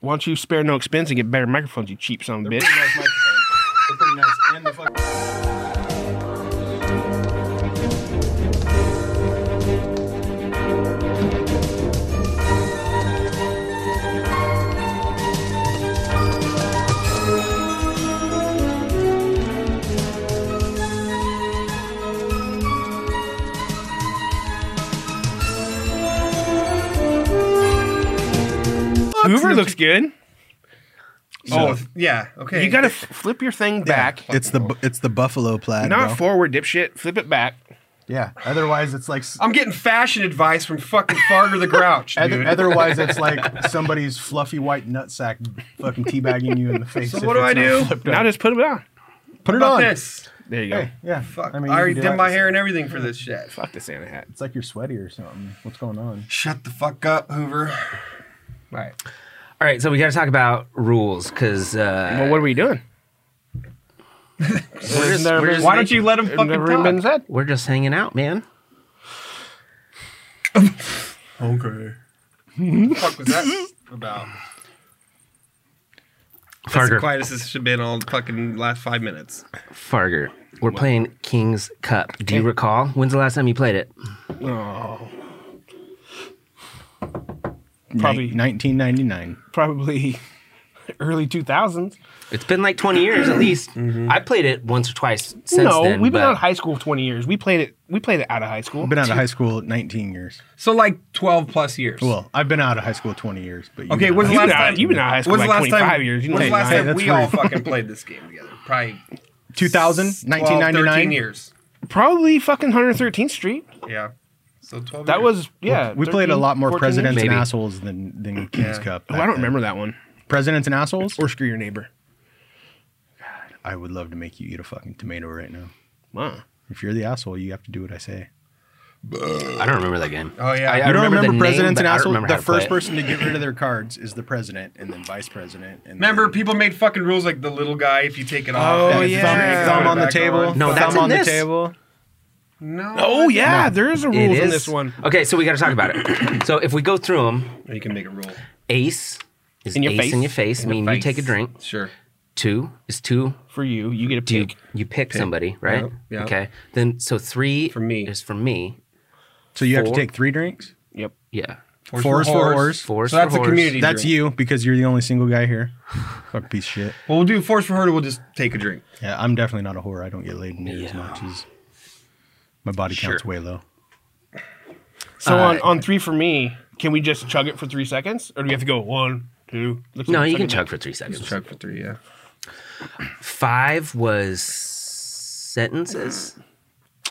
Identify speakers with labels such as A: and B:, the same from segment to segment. A: Why don't you spare no expense and get better microphones, you cheap son of a
B: They're
A: bitch?
B: pretty nice microphones. They're pretty nice. And the fucking.
A: Hoover looks good.
B: Oh yeah. Okay.
A: You gotta f- flip your thing back,
C: It's the bu- it's the buffalo plaid.
A: not
C: bro.
A: forward, dipshit. Flip it back.
D: Yeah. Otherwise, it's like s-
B: I'm getting fashion advice from fucking Farger the Grouch,
D: oth-
B: dude.
D: otherwise it's like somebody's fluffy white nutsack fucking teabagging you in the face.
B: So
D: if
B: what do
D: it's
B: I
D: not
B: do?
D: flipped
A: Now
D: up.
A: just put it on.
D: put it
B: About
D: on.
B: this.
A: There you go.
D: Hey, yeah.
B: Fuck. I,
D: mean, you
B: already
D: can do
B: did
D: that.
B: my hair and everything for this shit.
A: Fuck the Santa hat.
D: It's like you're sweaty or something. What's going on?
B: Shut the fuck up, Hoover.
A: Right.
E: All right, so we got to talk about rules because uh,
A: Well, what are we doing?
E: we're, just, we're, just,
B: Why don't you let him
A: It
B: fucking
A: never even been
B: talk?
A: said.
E: we're just hanging out, man.
B: Okay. the fuck was that about? That's the
E: Farger,
B: quietest this has been all fucking last five minutes.
E: Farger, we're playing King's Cup. Do you recall when's the last time you played it?
A: Probably-
D: Nin- 1999.
A: Probably early 2000s.
E: It's been like 20 years at least. I played it once or twice since
A: no,
E: then.
A: we've been
E: but
A: out of high school 20 years. We played it. We played it out of high school.
D: I've been out of high school 19 years.
B: So like twelve plus years.
D: Well, I've been out of high school 20 years, but you
B: Okay,
D: know.
B: when's the
A: You've
B: last
A: been out-
B: time
A: you've been out of high school
B: when's the
A: like
B: last time-
A: 25 years. You know,
B: when's the last
A: hey,
B: time
D: that's
B: we all
D: rude.
B: fucking played this game together? Probably
D: 2000,
B: 12, 13
D: 1999.
B: years.
A: probably fucking 113th Street.
B: Yeah. So twelve.
A: That
B: years.
A: was yeah.
D: We played a
A: 13,
D: lot more
A: 14
D: presidents
A: years.
D: and
E: Maybe.
D: assholes than than Kings
B: Yeah.
D: Cup.
A: Oh,
D: back
A: I don't
D: then.
A: remember that one.
D: presidents and assholes.
A: Or screw your neighbor.
D: I would love to make you eat a fucking tomato right now.
A: Wow.
D: If you're the asshole, you have to do what I say.
E: I don't remember that game.
B: Oh, yeah.
E: I,
B: You
E: I
D: You don't
E: remember,
D: remember,
E: the
D: presidents
E: name,
D: and
E: but I don't
D: assholes?
E: remember how
D: The
E: to play
D: first
E: it.
D: person to get rid of their cards is the president and then vice president. And
B: Remember,
D: then
B: people made fucking rules like the little guy. If you take it off,
A: Oh,
B: then it's
A: yeah.
D: thumb,
B: back
D: thumb on the
B: back
D: table.
B: on.
E: No,
D: thumb
E: that's in
D: on
E: this.
D: the table.
B: No.
A: Oh yeah, there is a
E: It
A: rules in
E: is?
A: this one.
E: Okay, so we got to talk about it. So if we go through them,
B: You can make a rule.
E: ace is
A: In your
E: ace
A: face.
E: in your face. I mean, you
B: face.
E: take a drink.
B: Sure.
E: Two is two.
A: For you, you get a
E: Do you,
A: pick.
E: you pick, somebody, right?
B: Yeah, yeah.
E: Okay. Then so three
B: For me.
E: is for me.
D: So you have to
E: Four.
D: take three drinks.
A: Yep.
E: Yeah.
D: Four is for whores.
E: Four is
B: So that's
E: for
B: a
E: whores.
B: community.
D: That's
B: drink.
D: you because you're the only single guy here. Fuck piece of shit.
B: Well, we'll do fours for her. We'll just take a drink.
D: Yeah, I'm definitely not a whore. I don't get laid near as
E: Yeah.
D: much as my body count's
E: Sure.
D: way low.
A: So
E: Uh,
A: on, on three for me, can we just chug it for three seconds, or do we have to go one, two? Let's
E: No, you
A: it
E: can
A: down.
E: chug for three seconds.
B: Chug for three. Yeah.
E: Five was sentences.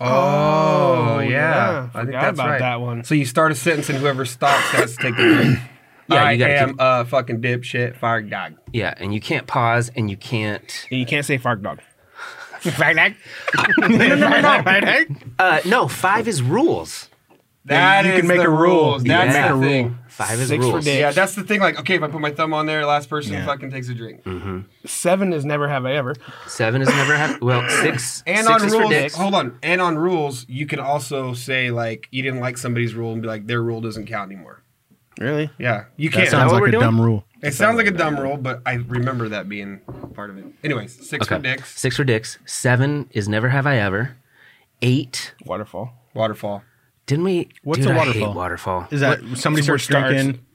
B: Oh, yeah.
A: I forgot about that one.
B: So you start a sentence and whoever stops has to take the drink.
E: Yeah,
B: I
E: you gotta
B: am
E: keep-
B: a fucking dipshit fire dog.
E: Yeah, and you can't pause and you can't.
A: And you can't say fark dog.
E: Uh, no, five is rules.
B: That
D: you can
B: is
D: make
B: the
D: a rule.
B: rules.
D: You
E: can
B: That's
E: make
B: the
E: a
B: thing.
E: Five is
A: Six for
E: rules.
A: dick.
B: Yeah, that's the thing. Like, okay, if I put my thumb on there, last person
D: Yeah.
B: fucking takes a drink.
A: Seven is never have I ever.
E: Seven is never have. Well, six.
B: And
E: six
B: on
E: is for
B: rules,
E: dicks.
B: hold on. And on rules, you can also say like you didn't like somebody's rule and be like their rule doesn't count anymore.
A: Really?
B: Yeah, you
D: That
B: can.
D: sounds
E: what
D: like
E: we're
D: a
E: doing?
D: dumb rule.
B: it sounds like a dumb rule, but I remember that being part of it. Anyways, six for dicks,
E: Six for dicks. Seven is never have I ever. Eight.
A: Waterfall.
B: waterfall.
E: Didn't we?
D: What's
E: dude,
D: a
E: I hate
D: waterfall?
E: waterfall.
D: Is that somebody
A: where
D: starts drinking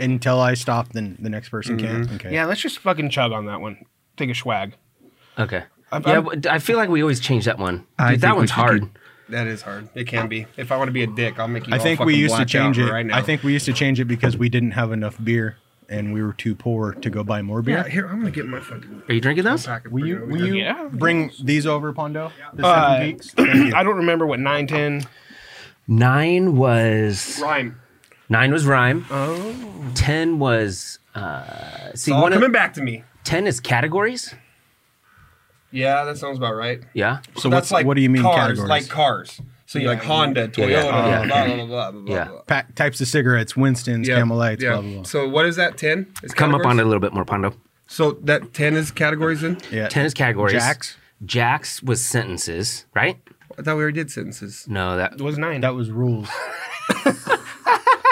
D: until I stop, then the next person
E: Mm-hmm.
D: can? Okay.
A: Yeah, let's just fucking chug on that one. Take a swag.
E: Okay.
A: I'm-
E: yeah,
A: I'm-
E: w- I feel like we always change that one. Dude,
B: think
E: that
B: we
E: one's
B: should
E: hard.
B: keep- That is hard. It can be. If I want to be a dick, I'll make you.
D: I
B: all
D: think we
B: fucking
D: used to
B: black
D: change
B: out
D: it.
B: Right now.
D: I think we used to change it because we didn't have enough beer and we were too poor to go buy more beer.
B: Yeah, here I'm gonna get my fucking.
E: Are you drinking those?
B: packet
D: Will
B: for
D: you will you
A: Yeah.
D: bring these over, Pondo? The seven
A: Uh,
D: geeks? Thank you.
A: I don't remember what nine, ten.
E: Nine was
B: Rhyme.
E: nine was rhyme. Oh. Ten was uh, see
B: All
E: one of,
B: coming back to me.
E: ten is categories.
B: Yeah, that sounds about right.
E: Yeah.
D: So what's, what do you mean
B: cars,
D: categories?
B: like cars. So you like Honda, Toyota,
E: yeah. Yeah.
B: blah, blah, blah, blah, blah,
E: Yeah.
B: blah.
D: Pa- types of cigarettes, Winston's,
B: Yeah,
D: Camel Lights,
B: yeah.
D: blah blah blah.
B: So what is that? Ten? Is
E: Come up
B: categories?
E: on it a little bit more, Pondo.
B: So that ten is categories in.
D: yeah.
E: Ten is categories.
D: Jacks.
E: Jacks was sentences, right?
B: I thought we already did sentences.
E: No, that
A: It was nine.
D: That was rules.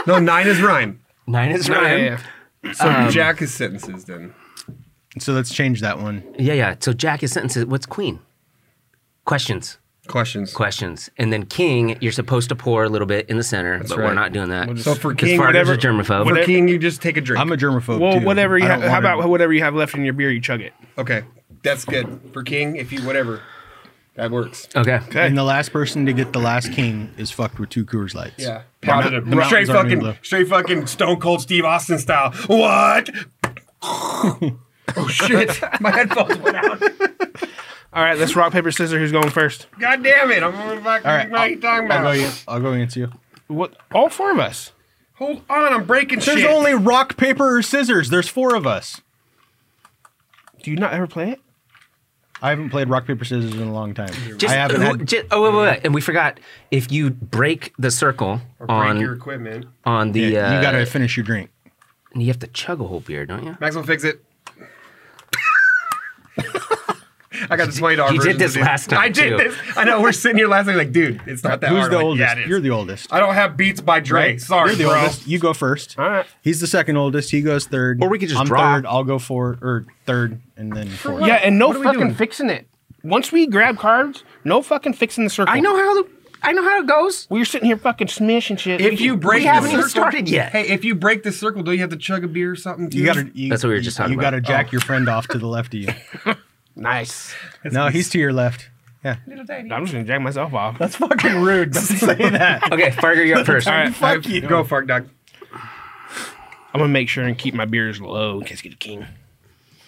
B: No, nine is rhyme.
E: nine is
A: Yeah,
E: rhyme.
A: yeah, yeah.
B: So
E: Um,
B: Jack is sentences then.
D: So let's change that one.
E: Yeah, yeah. So Jack is sentences. What's queen? Questions.
B: Questions.
E: Questions. And then king, you're supposed to pour a little bit in the center, but we're
B: right.
E: not doing that.
B: so for
E: Because
B: king,
E: Fargo's
B: whatever,
E: a germaphobe.
B: for
A: whatever-
B: king, you just take a drink.
D: I'm a
E: Oh,
D: germaphobe.
A: Well,
D: too.
A: whatever you
D: I
A: ha-
D: don't
A: how
D: wanna-
A: about whatever you have left in your beer, you chug it.
B: okay, that's good for king. If you whatever, that works.
E: okay.
D: And the last person to get the last king is fucked with two Coors Lights.
B: Yeah,
D: Pounded it. The
B: straight
D: mountains aren't even
B: fucking,
D: blue.
B: straight fucking Stone Cold Steve Austin style. What? oh shit! My headphones went out.
A: All right, let's rock paper scissors. Who's going first?
B: God damn it! I'm gonna fucking.
D: All right,
B: what are you talking
D: I'll go,
B: about?
D: against- I'll go against you.
A: What? All four of us.
B: Hold on, I'm breaking
D: There's
B: shit.
D: only rock, paper, or scissors. There's four of us.
A: Do you not ever play it?
D: I haven't played rock, paper, scissors in a long time.
E: Just,
D: I haven't
E: who-
D: had.
E: ju- oh, wait, wait, wait. And we forgot if you break the circle
B: or break
E: on
B: your equipment.
E: on the. uh,
D: you gotta finish your drink.
E: You have to chug a whole beer, don't you?
B: Maxwell, fix it. I got the twenty dollars.
E: You did this last time,
B: I did
E: too.
B: this. I know. We're sitting here last night, like, dude, it's not that
D: Who's
B: hard.
D: the
B: I'm like,
D: oldest?
B: Yeah, it is.
D: You're the oldest.
B: I don't have Beats by Dre. Sorry,
D: You're the
B: bro.
D: oldest. You go first.
A: All right.
D: He's the second oldest. He goes third.
E: Or we could just
D: I'm
E: draw.
D: third. I'll go four or third, and then fourth.
A: Yeah, and no
B: What are we doing?
A: fucking fixing it. Once we grab cards, no fucking fixing the circle.
E: I know how the, I know how it goes.
A: We were sitting here fucking smishing shit.
B: If you break,
E: We
B: the
E: haven't even
B: circle-
E: started yet.
B: Hey, if you break the circle, don't you have to chug a beer or something? Too?
D: You gotta. You,
E: That's what we were just talking
D: You
E: about.
D: gotta jack
B: Oh.
D: your friend off to the left of you.
A: nice.
D: no, he's to your left. Yeah.
A: I'm just gonna jack myself off.
D: That's fucking rude. Don't say that.
E: Okay, Fargo, you're up first.
A: All right,
B: Fuck you. Go, fuck dog.
A: I'm gonna make sure and keep my beers low in case I get a king.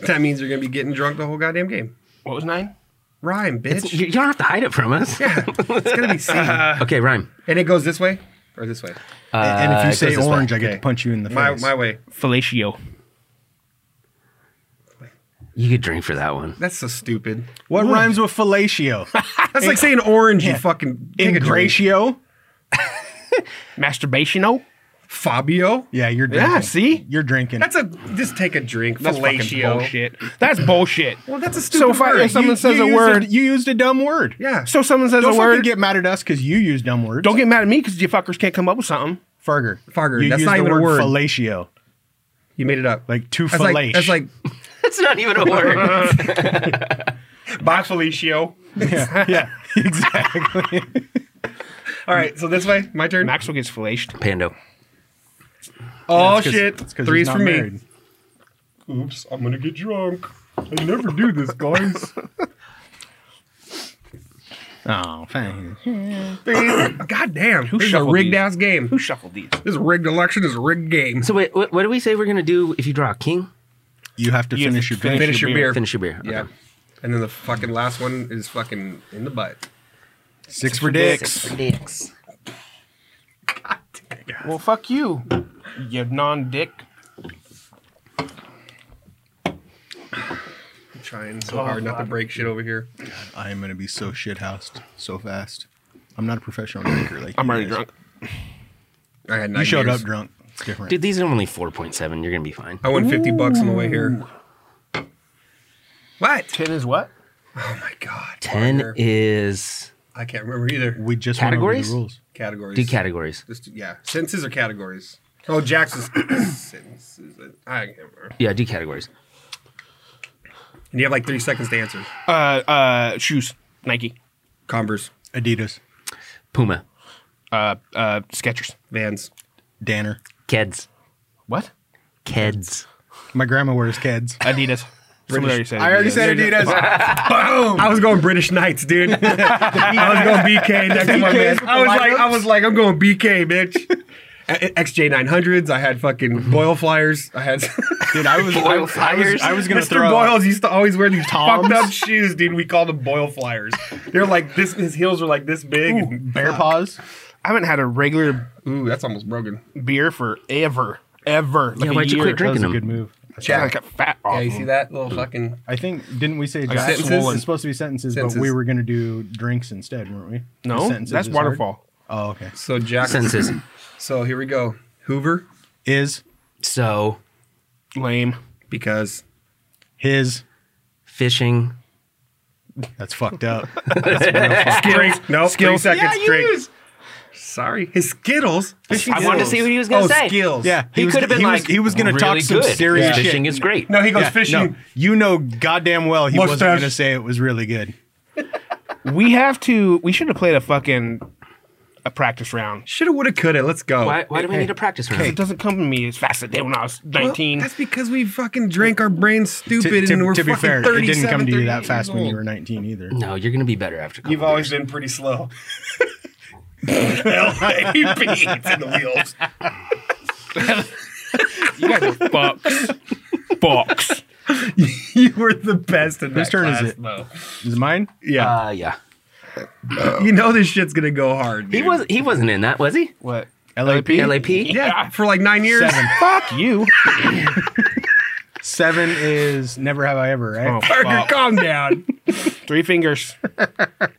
B: That means you're gonna be getting drunk the whole goddamn game.
A: What was nine?
B: Rhyme, bitch.
E: You, you don't have to hide it from us.
B: yeah, it's gonna be C.
E: Okay, rhyme.
B: and it goes this way or this way.
D: and if
E: Uh,
D: you
E: it
D: say
E: goes this way.
D: orange, I get
B: Okay.
D: to punch you in the face.
B: My my way.
A: Fellatio.
E: You could drink for that one.
B: That's so stupid.
D: What rhymes with fellatio?
B: That's like saying orange. You fucking take a drink.
D: Ingratio?
A: Masturbationo.
B: Fabio.
D: Yeah, you're drinking.
A: Yeah, see?
D: You're drinking.
B: That's a just take a drink.
A: That's fucking
B: Fellatio.
A: bullshit. That's bullshit.
B: Well, that's a
A: So
B: stupid
A: if, I,
B: word.
A: if someone
B: You-
A: says
D: you
A: a
D: used
A: word,
D: you used a dumb word.
B: yeah.
A: so someone says
D: Don't
A: a
D: fucking
A: word,
D: get mad at us because you use dumb words.
A: don't get mad at me because you fuckers can't come up with something.
D: Farger.
B: Farger,
D: You
B: that's
D: used
B: not
D: the
B: even
D: word,
B: a word.
D: fellatio.
B: you made it up.
D: Like to
B: that's like,
D: fellate.
B: that's like
E: That's not even a word.
B: bye Felicio.
D: yeah, yeah, exactly.
B: All right, so this way, my turn.
A: Maxwell gets fellation.
E: Pando.
B: Oh
D: It's 'cause-
B: shit!
D: it's 'cause
B: Three's
D: he's
B: for
D: not
B: me.
D: married.
B: Oops, I'm gonna get drunk. I never do this, guys.
D: Oh, thanks.
B: God damn, this is a
A: shuffled
B: rigged
A: these?
B: ass game.
A: Who shuffled these?
B: This is a rigged election. This is a rigged game.
E: So wait, what, what do we say we're gonna do if you draw a king?
D: You have to
A: You have
D: finish
A: to
D: your drink.
B: Finish your beer.
E: Finish your beer. Okay.
B: Yeah. And then the fucking last one is fucking in the butt.
D: Six for dicks.
E: Six dicks.
A: Well, fuck you, you non-dick.
B: I'm trying so hard not to break shit over here.
D: I am gonna be so shithoused so fast. I'm not a professional drinker. Like
A: I'm
D: you
A: already
D: guys.
A: drunk.
B: I had nine
D: You showed
B: beers.
D: up drunk. It's different.
E: Dude, these are only four point seven. You're gonna be fine.
B: I won 50 bucks on the way here. What?
A: Ten is what?
B: Oh my god.
E: Ten
B: partner.
E: is
B: I can't remember either.
D: we just went over
E: Categories?
D: the rules.
B: Categories.
E: do categories.
B: Just, yeah. Sentences or categories? Oh, Jackson's sentences. I can't remember.
E: Yeah, do categories.
B: And you have like 30 seconds to answer.
A: Uh, uh, shoes. Nike.
B: Converse,
D: Adidas,
E: Puma,
A: Uh, uh, Skechers.
B: Vans.
D: Danner.
E: Keds,
A: What?
E: Keds.
D: My grandma wears Keds.
A: Adidas. Somebody already said
D: I already
A: Adidas.
D: said Adidas.
B: I was going British Knights, dude. I was going BK next to my man. I was like, I was like, I'm going BK, bitch. A- XJ 900s. I had fucking Boyle flyers. I had
D: Dude, I was, I,
E: Boyle
D: was- I was, I was gonna
B: Mr.
D: throw.
B: Boyles used to always wear these
D: Toms?
B: fucked up shoes, dude. We called them Boyle flyers. They're like this. His heels were like this big. and-
D: bear paws.
A: I haven't had a regular
B: ooh, that's almost broken.
A: beer forever, ever. Like
E: Yeah,
A: a
E: why'd you
A: year.
E: quit
D: That was
E: drinking
D: a
E: them?
D: good move.
A: Yeah, I got fat off.
B: Yeah, you
A: them.
B: see that little fucking.
D: I think didn't we say
A: got
D: jacks?
A: swollen.
D: It's supposed to be sentences,
B: Sentences.
D: but we were gonna do drinks instead, weren't we? The
A: No,
D: sentences
A: that's
D: is hard.
A: waterfall.
D: Oh, okay.
B: So Jack.
E: Sentences.
B: So here we go. Hoover,
D: Is
E: So
A: Lame.
B: because
D: his?
E: fishing.
D: That's fucked up.
B: drink. No,
A: Skills.
B: skills. Seconds.
A: Yeah, you
B: drink.
A: use-
B: Sorry, his Skittles. Fishing
F: I wanted to see what he was gonna
B: oh,
F: say.
B: Skills.
D: Yeah,
F: He
D: was-
F: could have been
D: he was-
F: like,
D: he was going
E: "Oh,
D: to talk
F: really
D: some
F: good.
D: serious shit.
E: Fishing is great.
B: No, he goes
D: Yeah,
B: fishing.
D: no, you know goddamn well he wasn't
B: Mustache.
D: going to say it was really good.
A: We have to. We should have played a fucking a practice round.
B: Shoulda, woulda, coulda. Let's go.
E: Why, why do we need a practice round?
A: It doesn't come to me as fast as it did when I was
B: Well,
A: nineteen.
B: that's because we fucking drank our brains
D: To,
B: stupid
D: to-
B: and we're
D: to be
B: fucking
D: fair, it didn't come to you
B: 38
D: that fast
B: years
D: when
B: old.
D: you were 19 either.
E: No, you're gonna be better after. a
B: You've
E: couple
B: always
E: beers.
B: been pretty slow. L.A. beats in E the wheels.
A: you guys are bucks. Bucks.
B: You were the best in that
D: Whose turn is
B: class,
D: it?
B: though.
D: Is it mine?
B: Yeah,
E: Uh, yeah.
D: Uh,
B: you know this shit's gonna go hard.
E: He
B: dude.
E: was. He wasn't in that, was he?
A: What?
D: LAP?
E: LAP.
B: yeah for like nine years.
D: Seven.
A: Fuck you.
D: Seven is never have I ever, right?
B: Parker, calm down.
A: Three fingers.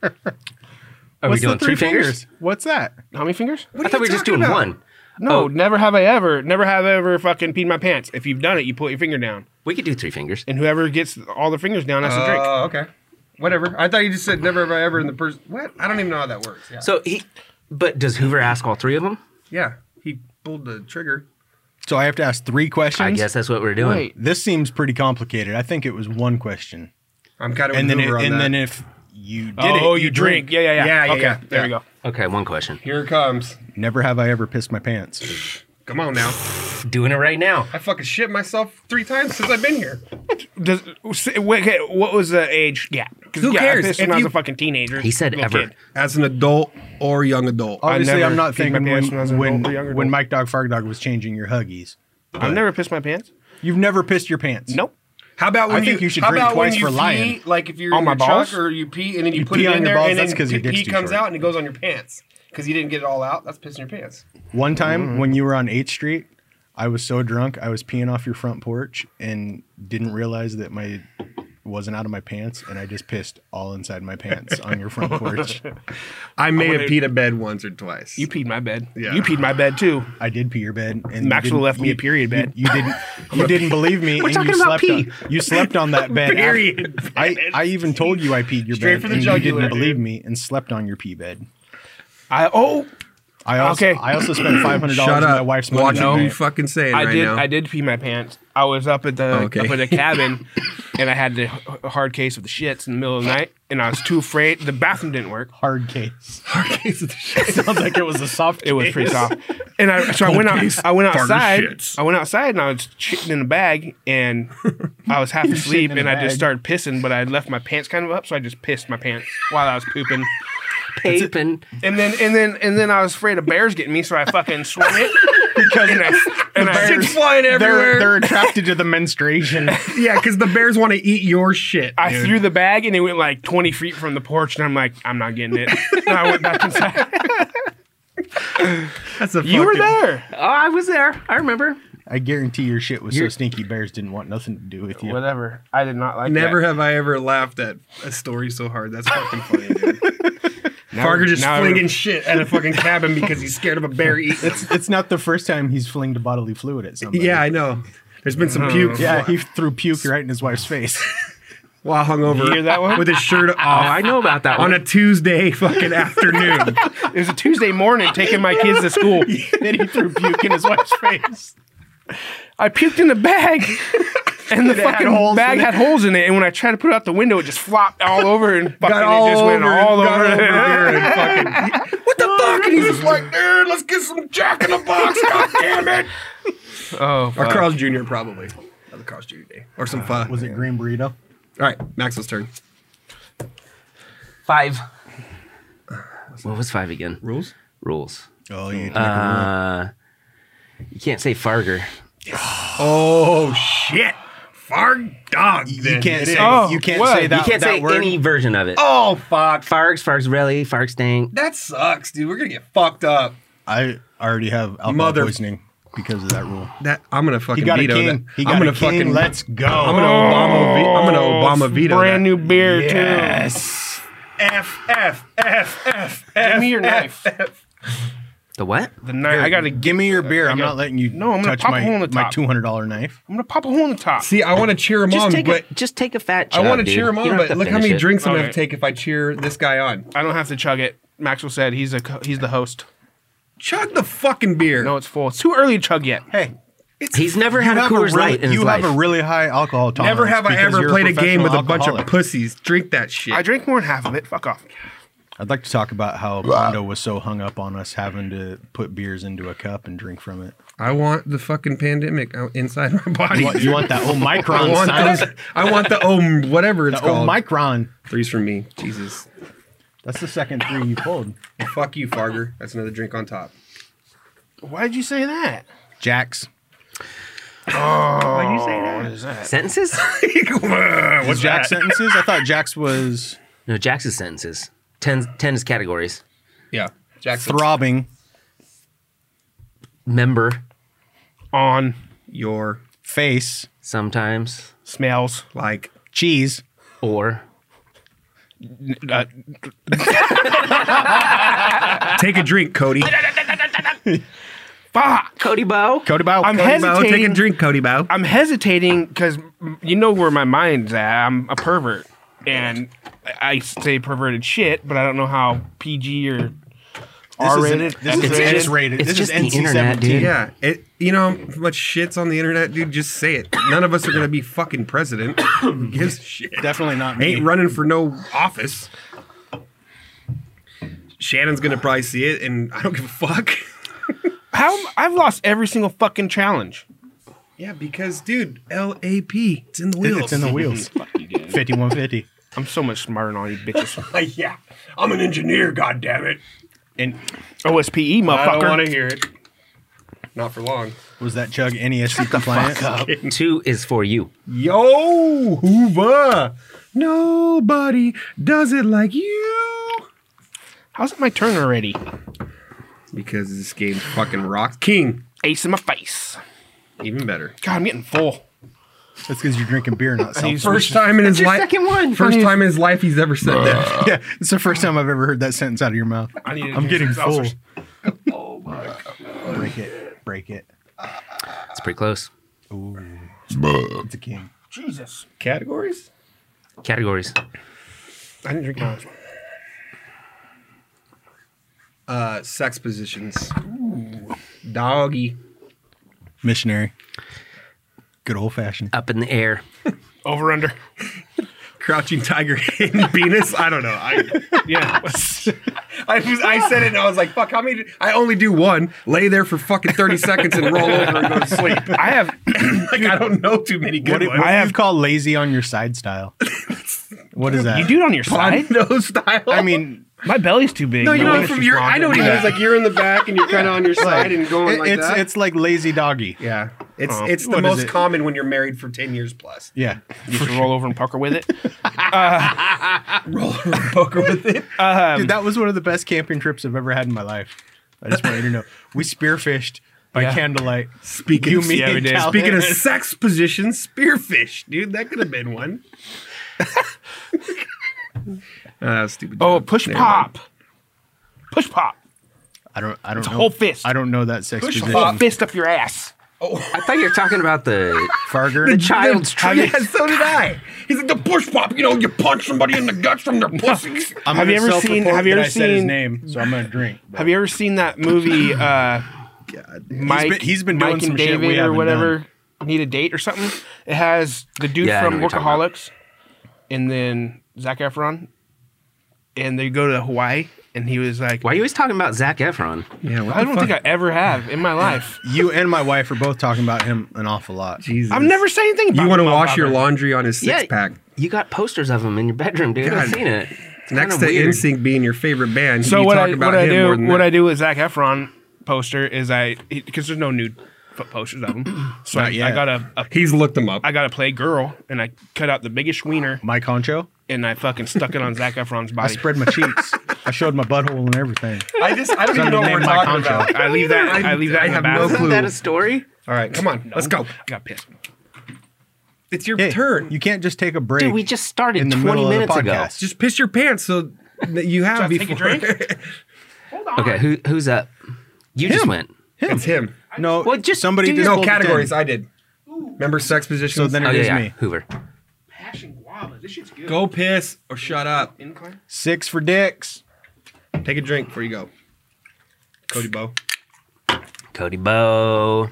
E: Are we doing three fingers?
D: What's that?
A: How many fingers?
E: I thought we were just doing one.
A: No,
E: Oh.
A: never have I ever, never have I ever fucking peed my pants. If you've done it, you put your finger down,
E: We could do three fingers.
A: and whoever gets all the fingers down has
B: Oh,
A: a drink.
B: okay. Whatever. I thought you just said never have I ever in the person. What? I don't even know how that works. Yeah.
E: So he. But does Hoover ask all three of them?
B: yeah. He pulled the trigger.
D: So I have to ask three questions.
E: I guess that's what we're doing.
A: Wait.
D: This seems pretty complicated. I think it was one question,
B: I'm kind of
D: and then it,
B: Hoover on
D: and
B: that.
D: then if you did it,
A: oh, you drink. Yeah, yeah, yeah.
B: Yeah, yeah,
A: okay,
B: yeah,
A: there
B: yeah.
A: we go.
E: Okay, one question.
B: here it comes.
D: Never have I ever pissed my pants.
B: Come on now.
E: Doing it right now.
B: I fucking shit myself three times since I've been here.
A: Does, s- wait, okay, what was the age gap? 'Cause,
B: Who
A: yeah,
B: cares?
A: I pissed when
B: If
A: I was
B: you-
A: a fucking teenager.
E: He said
A: Little
E: ever.
A: kid.
B: As an adult or young adult.
D: Obviously,
A: never
D: I'm not
A: peed my
D: thinking
A: pants when I was
D: when
A: an
D: when,
A: adult or young
D: when
A: adult.
D: Mike Dog Fire Dog was changing your huggies.
A: I've never pissed my pants.
D: You've never pissed your pants.
A: Nope.
B: How about when
D: I think you should
B: how
D: drink
B: about
D: twice
B: when you
D: for
B: pee,
D: lying.
B: Like if you're
A: On
B: in
A: my
B: your chuck
A: balls?
B: or you pee and then you,
D: You
B: put
D: pee
B: it
D: on
B: in
D: your
B: there
D: balls,
B: and
D: that's
B: then
D: 'cause your
B: pee
D: dick's
B: pee
D: too
B: comes
D: short.
B: out and it goes on your pants because you didn't get it all out. That's pissing your pants.
D: One time
A: Mm-hmm.
D: when you were on 8th Street, I was so drunk I was peeing off your front porch and didn't realize that my wasn't out of my pants and I just pissed all inside my pants on your front porch.
B: I may have
A: would've-
B: peed a bed once or twice.
A: You peed my bed.
B: Yeah.
A: You peed my bed too.
D: I did pee your bed and you
A: Maxwell
D: didn't-
A: left me
D: you-
A: a period
D: you-
A: bed.
D: You, didn't you didn't believe me and
E: talking
D: you
E: about
D: slept on you slept on that bed. after-
B: Period.
D: I, I even told you I peed your
B: Straight
D: bed
B: for the
D: and you
B: jugular,
D: didn't believe
B: dude.
D: me and slept on your pee bed.
A: I oh,
D: I also
A: Okay.
D: I also spent five hundred dollars of my wife's money.
B: Watch
D: that
B: what you
D: night.
B: fucking saying
A: I
B: right
A: did.
B: now.
A: I did pee my pants. I was up at the
B: Okay.
A: up at the cabin, and I had the h- hard case of the shits in the middle of the night, and I was too afraid. The bathroom didn't work.
D: Hard case.
B: Sounds like it was a soft.
A: It was pretty soft. And I so I went
B: case,
A: out. I went
B: farmer
A: outside.
B: shits.
A: I went outside and I was shitting in a bag, and I was half asleep,
D: in a
A: and I just
D: bag.
A: started pissing, but I had left my pants kind of up, so I just pissed my pants while I was pooping.
E: Pape and
A: And then and then and then I was afraid of bears getting me, so I fucking swung it because and I, and I-
B: Shit's flying
D: They're
B: everywhere.
D: they're attracted to the menstruation.
B: yeah, because the bears want to eat your shit.
A: I
B: dude.
A: threw the bag and it went like 20 feet from the porch, and I'm like, I'm not getting it. and I went back inside.
B: That's a
A: You were
B: fucking-
A: there.
E: oh, I was there. I remember.
D: I guarantee your shit was
E: You're-
D: so stinky bears didn't want nothing to do with you.
A: Whatever. I did not like
B: Never
A: that.
B: have I ever laughed at a story so hard. That's fucking funny, dude. Parker just
A: now
B: flinging
A: we're-
B: shit at a fucking cabin because he's scared of a bear eating.
D: It's it's not the first time he's flinged bodily fluid at somebody.
B: Yeah, I know. There's been
A: Uh-huh.
B: some puke.
D: Yeah, he threw puke right in his wife's face.
B: while hungover.
A: You hear that one?
B: With his shirt off
E: Oh, I know about that
B: on
E: one.
B: a Tuesday fucking afternoon.
A: It was a Tuesday morning taking my kids to school.
D: then he threw puke in his wife's face.
A: I puked in the bag. And the fucking
D: holes
A: bag
D: in it.
A: had holes in it, and when I tried to put it out the window, it just flopped all over and fucking
B: Got
A: it just
B: all
A: went
B: over,
A: all
B: got
A: over.
B: over here and fucking. What the fuck? And he's just like, dude, let's get some Jack in the Box. God damn it.
A: Oh,
B: Or
A: fuck.
B: Carl's Jr. probably. Another Carl's Jr. day. Or some fun.
D: Was it green burrito?
B: All right, Maxwell's turn.
E: five. What was five again?
B: Rules?
E: Rules.
D: Oh, you
E: Uh, you can't say Farger.
B: Oh, shit. Farg dog.
D: you can't say
A: Oh,
D: you can't
A: what?
D: say that.
E: you can't
D: that
E: say
D: word.
E: any version of it.
B: Oh, fuck.
E: Fargs, Fargs Relly, Fargs Stank.
B: That sucks, dude. We're going to get fucked up.
D: I already have alcohol
B: Mother-
D: poisoning because of that rule.
B: That I'm going
D: He
B: to fucking
D: got a
B: veto
D: king.
B: that.
D: He got
B: I'm
D: a
B: gonna
D: king.
B: fucking
D: Let's go.
B: I'm gonna Obama. Ve- I'm gonna Obama veto.
A: brand new beer
D: yes.
B: F F F F
A: too.
B: F.
A: Give me your knife.
E: The what?
A: The knife. I gotta.
D: Give me your beer. I'm not letting you
A: No, I'm gonna
D: touch
A: pop
D: my,
A: a hole in the
D: my
A: top.
D: $200 knife.
A: I'm gonna pop a hole in the top.
B: See, I want to cheer him
E: Just
B: on,
E: take
B: but
E: a just take a fat.
B: I
E: chug,
B: want to
E: dude.
B: cheer him
E: You
B: on,
E: don't have
B: but
E: to
B: look how
E: finish
B: many
E: it.
B: drinks I'm gonna
A: Alright.
B: have to take if I cheer this guy on.
A: I don't have to chug it. Maxwell said he's a co- he's the host.
B: Chug the fucking beer.
A: No, it's full. It's too early to chug yet.
B: Hey,
E: He's never had a
D: have a
E: Coors
D: really-
E: Light in his
D: you
E: life.
D: have a really high alcohol tolerance.
B: never have I
D: because
B: ever
D: you're
B: played a
D: professional
B: game with a bunch
D: alcoholic.
B: of pussies. Drink that shit.
A: I drink more than half of it. Fuck off.
D: I'd like to talk about how Mondo was so hung up on us having to put beers into a cup and drink from it.
B: I want the fucking pandemic out inside my body.
D: You want, you want that
B: I
D: Omicron
B: want
D: sound?
B: those, I want the um whatever it's called.
D: Omicron.
B: Three's from me. Jesus.
D: That's the second three you pulled.
B: Fuck you, Farger. That's another drink on top.
A: Why did you say that?
D: Jax.
A: Why did you say that? What is that?
E: sentences?
D: What's Jax sentences? I thought Jax was
E: no, Jax's sentences. Ten, ten is categories.
B: Yeah. Jackson.
D: throbbing.
E: Member,
A: On
B: your
D: Face.
E: sometimes,
A: smells.
B: like
D: Cheese.
E: or
A: Uh,
B: take a drink, Cody.
A: fuck.
E: Cody Bow.
D: Cody Bow.
A: I'm
D: Cody Bow.
B: Bow, take a
A: hesitating.
B: drink, Cody Bow.
A: I'm hesitating because you know where my mind's at. I'm a pervert, and I say perverted shit, but I don't know how PG or
D: This
A: R
D: isn't-
A: rated.
D: This is
E: It's
D: just
E: just-
D: rated.
E: it's
D: This is
E: just the
D: NC-17.
E: internet, dude.
B: Yeah, it, you know how much shit's on the internet, dude. Just say it. None of us are gonna be fucking president. Who gives a shit?
D: Definitely not me.
B: Ain't running for no office. Shannon's gonna probably see it, and I don't give a fuck.
A: How I've lost every single fucking challenge.
B: Yeah, because dude, LAP, it's in the
D: It-
B: wheels.
D: It's in the wheels. 5150.
A: I'm so much smarter than all you bitches.
B: yeah, I'm an engineer. God damn it!
A: And OSPE,
B: I
A: E, motherfucker.
B: don't want to hear it. Not for long.
D: Was that chug NESC compliant?
E: Two is for you.
B: Yo, Hoover. Nobody does it like you.
A: How's it my turn already?
B: Because this game fucking rocks. King,
A: Ace in my face.
B: even better.
A: God, I'm getting full.
D: That's because you're drinking beer, not seltzer.
B: First time in his
E: your
B: life.
E: second one.
B: First time in his life he's ever said that.
D: yeah, it's the first time I've ever heard that sentence out of your mouth.
A: I need to
D: I'm
A: drink
D: getting
A: some
D: full.
A: seltzers.
B: Oh
D: Break it. Break it.
E: It's pretty close.
D: It's a king.
A: Jesus.
B: Categories?
E: Categories.
A: I didn't drink my last one.
B: Uh, sex positions. Doggy.
D: Missionary. Good old fashioned.
E: Up in the air.
A: Over under.
B: Crouching tiger, hidden penis. I don't know. I,
A: Yeah.
B: I, was, I said it and I was like, fuck, how many? I only do one. Lay there for fucking 30 seconds and roll over and go to sleep.
A: I have
B: Like, I don't know too many good
D: What, do-
B: ones.
D: what do you call lazy on your side style? What is that?
A: you do it on your side.
B: Pondo style.
D: I mean,
A: My belly's too big.
B: No, you
A: My
B: know,
A: wings
B: from
A: too
B: your,
A: small.
B: I know what he means. Like you're in the back and you're kind of on your side and going
D: it-
B: like
D: it's
B: that.
D: it's like lazy doggy.
B: yeah, it's
A: Uh,
B: it's the
D: what is
B: most
D: it?
B: common when you're married for ten years plus.
D: Yeah.
A: You should roll over and pucker with it.
B: Poker with it.
D: Dude, that was one of the best camping trips I've ever had in my life. I just want you to know. We spearfished by candlelight.
B: Speaking
D: You,
B: of,
D: me,
B: yeah, we
D: and
B: did.
D: Cal
B: speaking of
D: Harris.
B: sex positions, spearfish, dude, that could have been one. uh, stupid.
A: Oh, push
B: Never mind.
A: pop. Push pop.
D: I don't I don't know.
A: whole fist.
D: I don't know that sex
B: Push
D: position.
B: pop.
A: Fist up your ass.
E: I thought you were talking about the
D: Farger.
E: child's tree.
B: Yeah, so did I. He's like the push pop. You know, you punch somebody in the guts from their pussies.
D: I'm
A: Have you
D: gonna
A: ever seen-
D: self-report
A: have you
D: that
A: ever
D: I said his
A: seen-
D: name, so I'm gonna drink. but-
A: Have you ever seen that movie? Uh, Mike.
D: been- he's been
A: Mike
D: doing
A: and
D: some shit
A: David
D: we
A: or
D: haven't
A: whatever. Need a date or something? It has the dude
E: Yeah, I know
A: from
E: what you're talking about.
A: Workaholics, and then Zach Efron, and they go to Hawaii, and he was like,
E: Why are you always talking about Zach Efron?
B: Yeah, what
A: "I don't think I ever have in my life.
D: You and my wife are both talking about him an awful lot.
B: Jesus.
A: I've never said anything." About
B: You want to
A: him,
B: wash
A: Bob.
B: your laundry on his six pack?
E: You got posters of him in your bedroom, dude. I've
B: God.
E: seen it. It's
B: Next to
E: kinda weird.
B: NSYNC being your favorite band,
A: So
B: you
A: what
B: talk
A: I
B: about
A: what I
B: him more
A: do
B: than
A: what
B: that.
A: I do with Zach Efron poster is I because there's no nude foot posters of him, so I, I
D: yet.
A: got a, a
B: He's looked them up.
A: I got to play girl, and I cut out the biggest wiener,
D: My concho,
A: and I fucking stuck it on Zach Efron's
D: I
A: body.
D: spread my cheeks. I showed my butthole and everything.
B: I just I don't even
D: know what we're talking about.
A: I leave that. I leave that.
B: I
A: in the
B: have no
A: bathroom.
E: Isn't
B: clue.
E: that a story?
B: All right, come on, let's go.
A: I got pissed.
B: It's your
D: Hey,
B: turn.
D: You can't just take a break.
E: Dude, we just started
D: in the
E: 20
D: middle of the
E: minutes ago.
D: podcast.
B: just piss your pants so that you have
A: Should I take a
B: before.
E: Okay, who who,'s up? You just went.
B: it's him.
D: no,
E: Well, just
D: somebody
E: do
D: just
E: your-
B: No
D: pulled it in.
B: categories. I did. Remember sex positions.
D: So then it
E: Oh,
D: is
E: yeah, yeah.
D: me.
E: Hoover.
A: Passion guava. This shit's good.
B: go piss or shut up.
A: Incline.
D: Six for dicks.
B: Take a drink before you go. Cody Bo.
E: Cody Bo.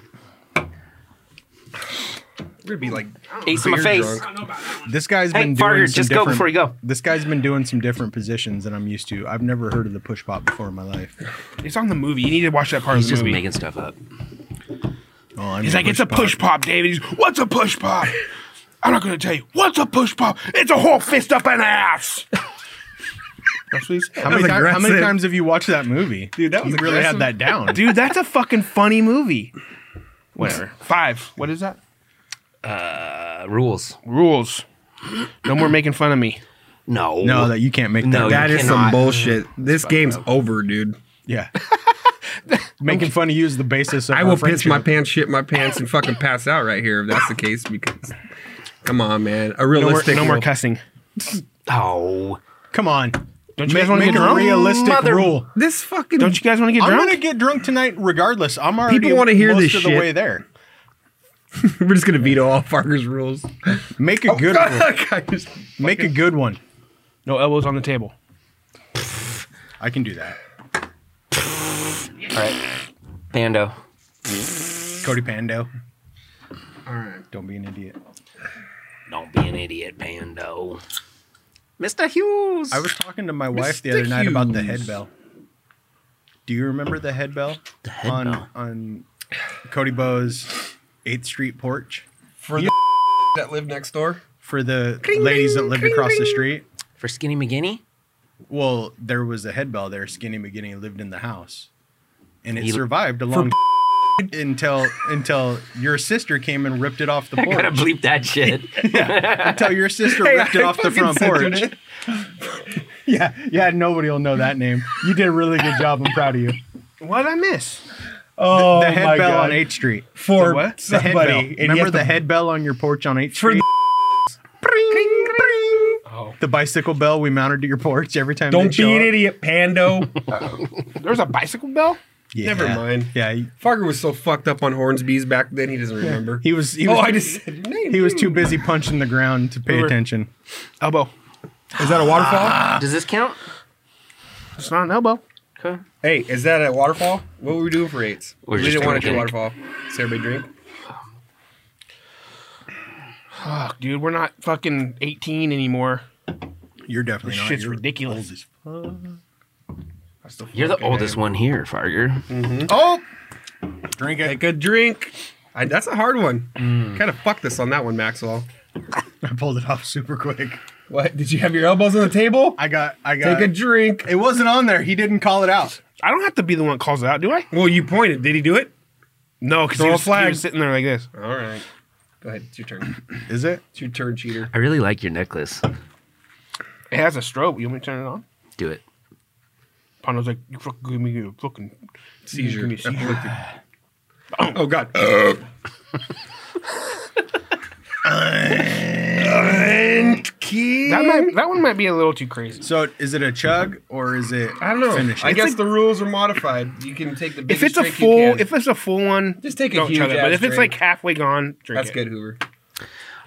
B: We'd be like,
E: Ace in my
B: beer
E: face.
B: drunk.
D: This guy's
E: Hey,
D: been
E: Farger,
D: doing some
E: just go
D: different,
E: before you go.
D: This guy's been doing some different positions than I'm used to. I've never heard of the push pop before in my life.
A: It's on the movie. You need to watch that part
E: He's
A: of the
E: just
A: movie.
E: making stuff up.
D: Oh, I
A: He's
D: know
A: like, it's a push pop, David. He's, What's a push pop? I'm not gonna tell you. What's a push pop? It's a whole fist up an ass. That's what he said.
D: How many,
B: That was
D: ti- how many
B: aggressive.
D: times have you watched that movie?
B: Dude, that was
D: you really
B: aggressive.
D: had that down.
A: Dude, that's a fucking funny movie. Whatever. Five. What is that?
E: Uh, rules.
A: Rules. No more making fun of me.
E: No.
D: no, that you can't make
E: No,
D: that.
E: you
B: that is some
E: cannot.
B: bullshit. This game's over, dude.
D: Yeah. Making fun of you is the basis of
B: I
D: our
B: will piss my
D: friendship.
B: pants, shit my pants, and fucking pass out right here if that's the case. Because, come on, man, a realistic.
A: no more, no more
B: world-
A: cussing.
E: Oh.
D: Come on.
A: Don't you
D: Make,
A: guys want to
D: make
A: get
D: a
A: drunk?
D: realistic
E: Mother-
D: rule.
B: This fucking.
A: Don't you guys want to get
D: I'm
A: drunk?
D: gonna get drunk tonight, regardless. I'm already
B: People wanna hear
D: most
B: this
D: of the
B: shit.
D: way there.
B: We're just gonna veto all Farker's rules.
D: Make a good rule.
B: I just-
D: Make a good one.
A: no elbows on the table.
D: I can do that.
E: All right. Pando.
D: Cody Pando. All right. Don't be an idiot.
E: Don't be an idiot, Pando. Mr. Hughes.
D: I was talking to my wife the other night about the head bell. Do you remember the head bell? The
E: head
D: on,
E: bell.
D: on Cody Bowe's Eighth Street porch
B: for the that live next door.
D: for the ladies that lived across the street.
E: For Skinny McGinney?
D: Well, there was a head bell there. Skinny McGinney lived in the house, and it
E: He-
D: survived a long until until your sister came and ripped it off the
E: Gotta
D: porch.
E: bleep that shit.
D: until your sister ripped it off the front porch. yeah, yeah. Nobody will know that name. You did a really good job. I'm proud of you.
A: What did I miss?
B: Oh
D: the head bell on 8th Street.
B: for
A: The what?
D: The head bell.
B: somebody.
D: Remember the head bell on your porch on 8th Street?
A: Oh,
D: The bicycle bell we mounted to your porch every time.
B: Don't
D: they'd show
B: be an
D: up?
B: idiot, Pando.
A: there's a bicycle bell.
D: Yeah.
B: Never mind.
D: Yeah, he-
B: Farker was so fucked up on Hornsby's back then he doesn't remember.
D: he was. He
B: oh,
D: was
B: I just said your name.
D: he was too busy punching the ground to pay
A: were-
D: attention.
A: Elbow.
B: Is that a waterfall?
E: Does this count?
A: It's not an elbow.
E: Okay.
B: hey, is that a waterfall? What were we doing for eights?
E: We're
B: we
E: just
B: didn't want to do
E: drinking.
B: waterfall. Does everybody drink?
A: Fuck, dude, we're not fucking 18 anymore.
D: You're definitely
A: This
D: not.
A: shit's
D: You're
A: ridiculous.
D: old as-
E: You're the oldest one here, Farger.
D: Oh, drink it.
B: Take a drink. Mm. I, that's a hard one. Kind of fucked this on that one, Maxwell.
D: I pulled it off super quick.
B: What? Did you have your elbows on the table?
D: I got. I got.
B: Take a drink.
D: it wasn't on there. He didn't call it out.
A: I don't have to be the one that calls it out, do I?
B: Well, you pointed. Did he do it?
A: No, because
B: Throw
A: he,
B: a
A: was- he
B: flag.
A: was sitting there like this.
B: All right. Go ahead. It's your turn.
D: Is it?
B: It's your turn, cheater.
E: I really like your necklace.
A: It has a strobe. You want me to turn it on?
E: Do it.
A: Pando's like, you fucking give me a fucking
B: Seizure.
A: Give me a seizure.
B: Epileptic. oh, God. Eh.
A: That might that one might be a little too crazy.
D: So is it a chug or is it?
B: I don't know.
D: Finish.
B: I
D: It's
B: guess the rules are modified. You can take the
A: If
B: biggest
A: it's a
B: drink you
A: full,
B: can.
A: if it's a full one,
B: Just take a
A: don't chug
B: huge
A: it. But
B: ass
A: if it's like
B: drink.
A: halfway gone, drink
B: that's
A: it.
B: good, Hoover.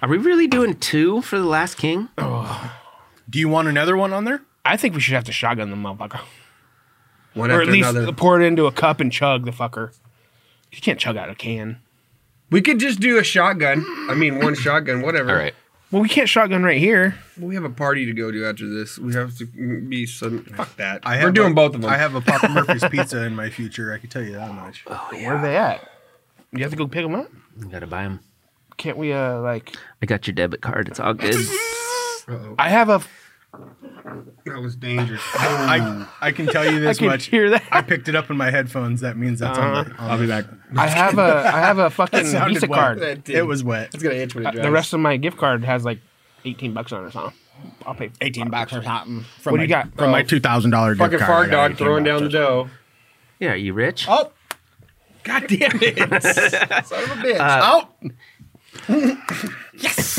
E: Are we really doing two for the last king?
D: Do you want another one on there?
A: I think we should have to shotgun the motherfucker,
B: One
A: or
B: after
A: at least
B: another.
A: pour it into a cup and chug the fucker. You can't chug out a can.
B: We could just do a shotgun. I mean, one shotgun, whatever.
E: All right.
A: Well, we can't shotgun right here.
B: We have a party to go to after this. We have to be some. Fuck that.
D: I
B: We're
D: have
B: doing
D: a-
B: both of them.
D: I have a Papa Murphy's pizza in my future. I can tell you that much.
E: Oh yeah.
A: Where are they at? You have to go pick them up.
E: You gotta buy them.
A: Can't we? Uh, like
E: I got your debit card. It's all good.
B: Uh-oh.
A: I have a.
B: that was dangerous.
D: I, I can tell you
A: I
D: this
A: can
D: much.
A: hear that.
D: I picked it up in my headphones. That means that's on.
B: Uh-huh.
D: The, on I'll be back.
A: I have a. I have a fucking Visa card.
B: That did.
D: It was wet.
B: It's gonna itch when it dries.
A: The rest of my gift card has like eighteen bucks on it or something. I'll pay
D: Eighteen bucks or something. From
A: What do
D: my,
A: you got?
D: From my two thousand dollar gift
B: fucking
D: card.
B: fart
D: I got
B: dog
D: 18
B: throwing down
D: bucks.
B: the dough.
E: Yeah, are you rich?
D: Oh,
B: God damn it! Son of a bitch.
D: oh!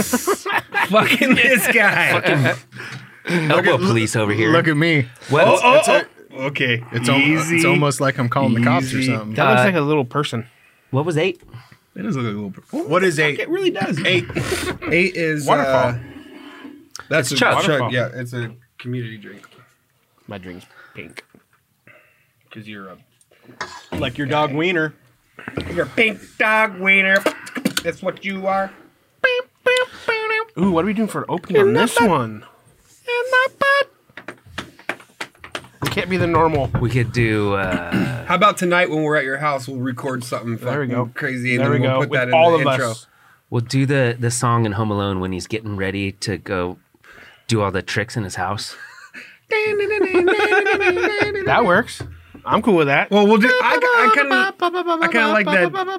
B: fucking this guy.
E: Elbow police over here.
D: Look at me.
E: Well,
B: oh, oh. Okay,
D: It's, al- it's almost like I'm calling the cops or
B: Easy.
D: something.
A: That looks
E: Uh,
A: like a little person.
E: what was eight?
B: It is a little. bit-
D: What is eight?
B: It really does. Eight. Eight is
A: Waterfall.
B: uh, that's
E: It's
B: a
E: chug.
B: chug.
A: Waterfall.
B: Yeah, it's a community drink
A: My drink's pink.
B: because you're a
D: Like your dog wiener.
B: You're a pink dog wiener. That's what you are.
A: Ooh, what are we doing for an opening on this one? It can't be the normal.
E: We could do. Uh,
B: How about tonight when we're at your house, we'll record something
A: There we
B: fucking
A: go.
B: crazy, and
A: There we
B: then we'll
A: go.
B: put that
A: With
B: in
A: all
B: the
A: of
B: intro.
A: us.
E: we'll do the the song in Home Alone when he's getting ready to go do all the tricks in his house.
A: That works. I'm cool with that.
B: Well, we'll do. I, I kind of, I kind of like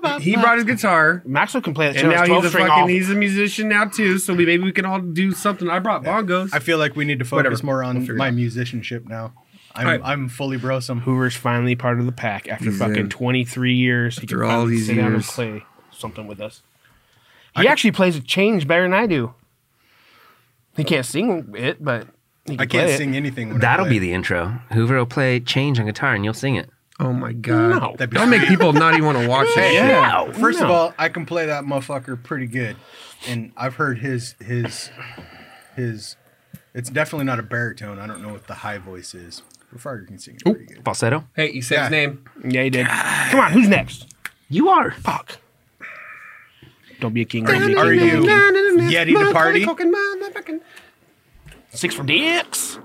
B: that. He brought his guitar,
A: Maxwell can play that.
B: and now he's a
A: string
B: fucking,
A: off.
B: he's a musician now too. So we, maybe we can all do something. I brought bongos.
D: I feel like we need to focus
B: Whatever.
D: more
B: We'll
D: on
B: figure it
D: my
B: out.
D: musicianship now. I'm,
B: All right.
D: I'm fully brosome.
A: Hoover's finally part of the pack after fucking
B: in.
A: 23 years. He
B: After all
A: finally
B: these
A: sit down and
B: years.
A: play something with us. He actually plays a change better than I do. He can't sing it, but he can
D: I can't
A: play it.
D: sing anything. When
E: That'll
D: I play.
E: be the intro. Hoover will play Change on guitar and you'll sing it.
B: oh my god!
A: No.
D: That'd be
B: Don't make people not even want to watch that. shit.
A: Yeah.
D: First of
A: No.
D: all, I can play that motherfucker pretty good, and I've heard his his his. It's definitely not a baritone. I don't know what the high voice is. Farger can sing it pretty good.
E: Falsetto.
B: Hey, you said his
D: Yeah.
B: name.
A: yeah, he did. Come on, who's next?
E: You are.
A: Fuck. Don't be a king. Don't be a king.
D: Are you Yeti to party?
A: Six for dicks.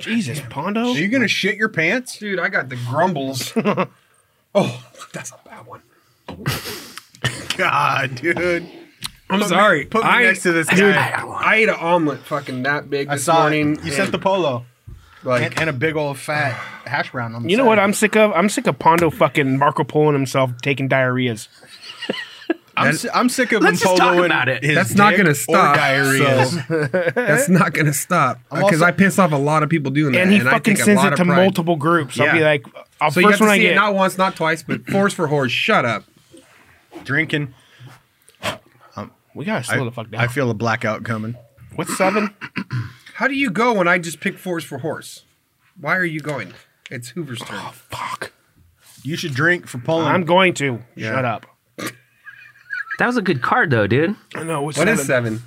A: Jesus, Pondo.
D: Are you gonna shit your pants?
B: Dude, I got the grumbles. oh, that's a bad one.
D: God, dude.
B: I'm
D: Put me-
B: sorry.
D: put me
B: I,
D: next to this
B: dude,
D: guy.
B: I ate an omelet fucking that big
D: I
B: this
D: saw it.
B: morning.
D: You
B: and,
D: sent the polo
B: like
D: and, and a big old fat hash brown on the
A: You know
D: side.
A: what I'm sick of? I'm sick of Pondo fucking Marco Poloing himself taking diarrheas.
D: I'm, si- I'm sick of
E: Let's
D: him
E: just talk
D: poloing
E: about it.
D: his
B: That's not
D: dick
B: gonna
D: or
B: stop,
D: diarrhea.
B: that's not gonna stop because
D: also-
B: I piss off a lot of people doing that,
A: And he
B: I
A: fucking
B: take a
A: sends
B: lot
A: it
B: of
A: to
B: pride.
A: multiple groups. I'll be
B: Yeah.
A: like, I'll
B: So you have
A: first
B: to
A: one I
B: see
A: get.
B: it not once, not twice, but force for whores. Shut up.
D: Drinking.
A: we gotta slow the fuck down.
D: I feel a blackout coming.
A: What's seven?
B: How do you go when I just pick force for horse? Why are you going? It's Hoover's turn.
A: Fuck.
D: You should drink for Poland.
A: I'm going to.
B: Yeah.
A: Shut up.
E: That was a good card though, dude.
A: I know. What's
B: What
A: seven?
B: is seven?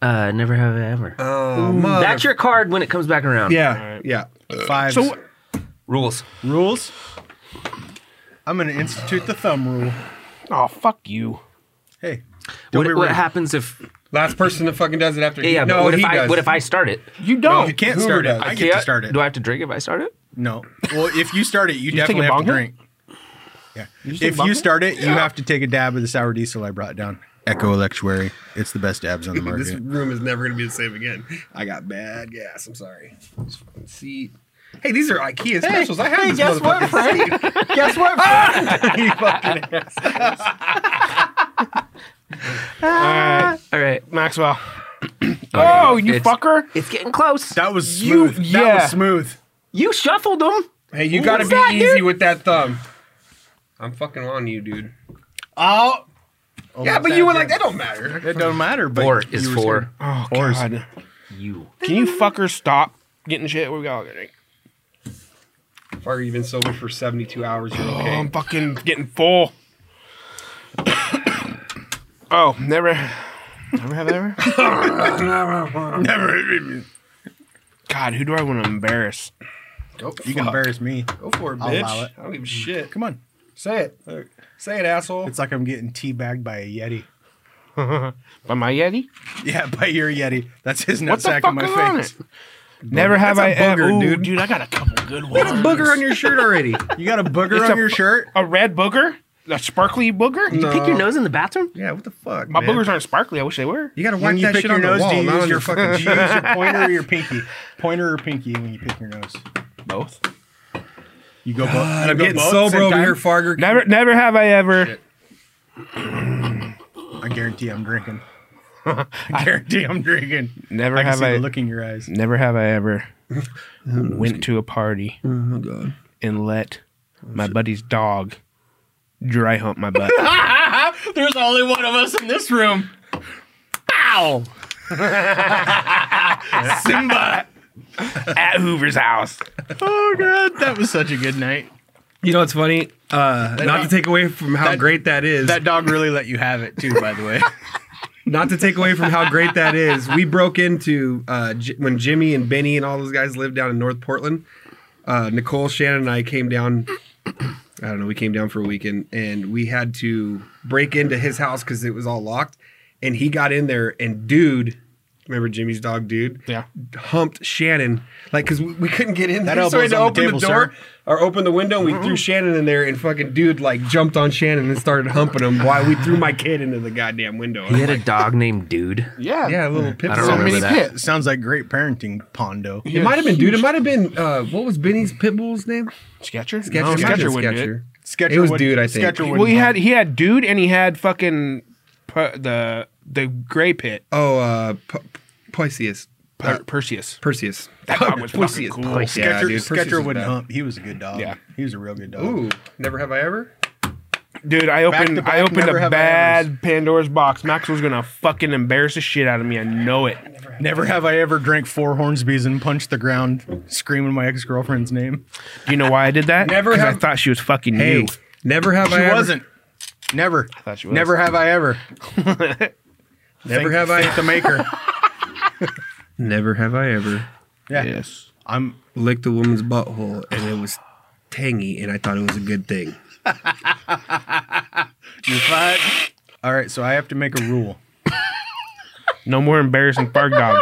E: Uh, never have I ever.
B: Oh, mother-
E: That's your card when it comes back around.
B: yeah, yeah.
D: Five
A: So,
E: Rules.
D: rules. I'm gonna institute the thumb rule.
A: oh, fuck you.
D: Hey, don't
E: What,
D: be
E: what
D: rude.
E: happens if?
B: Last person that fucking does it after.
E: Yeah,
B: he-
E: yeah.
B: no,
E: but what if
B: he
E: I?
B: does.
E: What if I start it?
A: You don't.
D: You can't
B: Hoover
D: start it.
B: does.
D: I get to start it.
E: Do I have to drink if I start it?
D: No. Well, if you start it, you,
A: take a
D: definitely have to
A: bong hit?
D: drink. Yeah.
A: take a
D: If
A: bong
D: you
A: hit?
D: start it, you have to take a dab of the sour diesel I brought down. Echo Electuary. It's the best dabs on the
B: This
D: market.
B: room is never going to be the same again. I got bad gas. I'm sorry. This fucking seat. Hey, these are IKEA specials. I have this motherfucking seat.
D: Guess what?
A: Ah!
B: You fucking
E: All right.
A: Maxwell. oh, you
E: It's-
A: fucker.
E: It's getting close.
D: That was smooth. That
A: yeah.
D: was smooth.
E: You shuffled them.
B: hey, you got to
E: was
B: be
E: that,
B: easy
E: dude?
B: with that thumb. I'm fucking on you, dude.
D: Oh.
B: yeah, but you were like, that don't matter.
D: It don't matter. But
E: Four
D: you
E: is
D: were
E: four.
D: scared.
A: Oh,
D: Ours.
A: God.
E: You.
A: Can you fuckers stop getting shit? We got to drink.
B: Fargo, you've been sober for 72 hours. You're
A: Oh, I'm
D: Um,
B: okay.
A: fucking getting full. oh, never, never have I ever.
D: Never.
A: God, who do I want to embarrass?
B: Go,
D: You can embarrass me.
B: Go for it,
D: I'll
B: bitch.
D: allow it.
B: I don't give a shit.
D: Come on.
B: Say it. Say it, asshole.
D: It's like I'm getting teabagged by a Yeti.
A: By my Yeti?
D: Yeah, by your Yeti. That's his
A: What the
D: nutsack
A: fuck
D: in
A: is
D: my
A: on
D: face.
A: it? Never have I
B: That's a
A: ever.
B: booger,
A: Ooh,
B: dude.
A: dude, I got a couple good ones.
B: booger on your shirt already.
D: You got a booger
A: It's a-
D: on your shirt?
A: A red booger? A sparkly booger?
E: Did you pick your nose in the bathroom?
B: yeah, what the fuck?
A: My
B: man?
A: boogers aren't sparkly. I wish they were.
B: You gotta
D: When
B: wipe
D: you
B: that
D: pick
B: shit
D: your
B: on the
D: nose,
B: wall,
D: do you
B: not
D: use
B: on
D: your fucking do you
B: cheek.
D: use your pointer or your pinky? Pointer or pinky when you pick your nose?
A: Both.
D: You go both. you
B: I'm
D: go
B: getting
D: both
B: sober
D: same
B: over
D: time?
B: here, Farger.
A: Never, never have I ever.
D: I guarantee I'm drinking. I guarantee I'm drinking.
A: Never
D: I can
A: have
D: see
A: I-
D: the look in your eyes.
A: Never have I ever went to a party
D: Hmm.
B: Oh,
A: and let
D: Oh,
A: my buddy's dog dry hump my butt.
D: There's only one of us in this room. Ow! Simba.
A: At Hoover's house.
D: Oh god, that was such a good night.
B: You know what's funny? Uh, not to take away from how great that is.
D: That dog really let you have it too, by the way.
B: not to take away from how great that is. We broke into uh, J- when Jimmy and Benny and all those guys lived down in North Portland. Uh, Nicole, Shannon, and I came down I don't know. We came down for a weekend and we had to break into his house because it was all locked. And he got in there and dude, remember Jimmy's dog, dude?
A: Yeah.
B: Humped Shannon like because we, we couldn't get in
D: That
B: there, so we had to
D: elbow's on
B: open
D: the
B: the,
D: table,
B: door or open the window. and We threw Shannon in there and fucking dude like jumped on Shannon and started humping him while we threw my kid into the goddamn window.
E: He had a dog named Dude.
A: Yeah.
B: yeah, a little pip.
E: I don't
B: So
E: remember
B: many-
E: that.
D: It sounds like great parenting, Pondo.
B: It might have been dude. It might have been uh, what was Benny's pit bull's name?
A: Sketcher?
B: Sketcher.
A: No,
B: It might have
A: Sketcher
B: been
A: wouldn't do it.
B: Sketcher. It was dude, I think.
D: Sketcher
A: Well, he had he had dude and he had fucking per, the the gray pit
B: Oh, uh, P- Perseus.
A: per, Perseus.
B: Perseus.
A: That dog was fucking cool.
B: Yeah,
D: Sketcher,
B: dude, Perseus
D: Sketcher
B: was
D: would
B: bad.
D: hump. He was a good dog.
A: Yeah.
D: He was a real good dog.
B: Ooh, never have I ever.
A: Dude, I opened
D: to back,
A: I opened
D: never
A: a
D: have I
A: bad Pandora's box. Maxwell's gonna fucking embarrass the shit out of me. I know it.
D: Never have I ever drank four Hornsbees and punched the ground screaming my ex girlfriend's name.
A: Do you know why I did that?
B: Never
A: 'Cause I
B: have-
A: thought she was fucking
B: Hey,
A: you.
B: never have
D: She
B: I ever.
D: wasn't. Never. I
A: thought she was.
D: Never have I ever.
B: Never
D: Thank-
B: have
D: thank
B: I.
D: the maker.
B: Never have I ever
D: Yeah.
A: Yes.
D: I'm
B: licked a woman's butthole and it was tangy and I thought it was a good thing.
D: you fight. All right, so I have to make a rule.
A: No more embarrassing fart dog.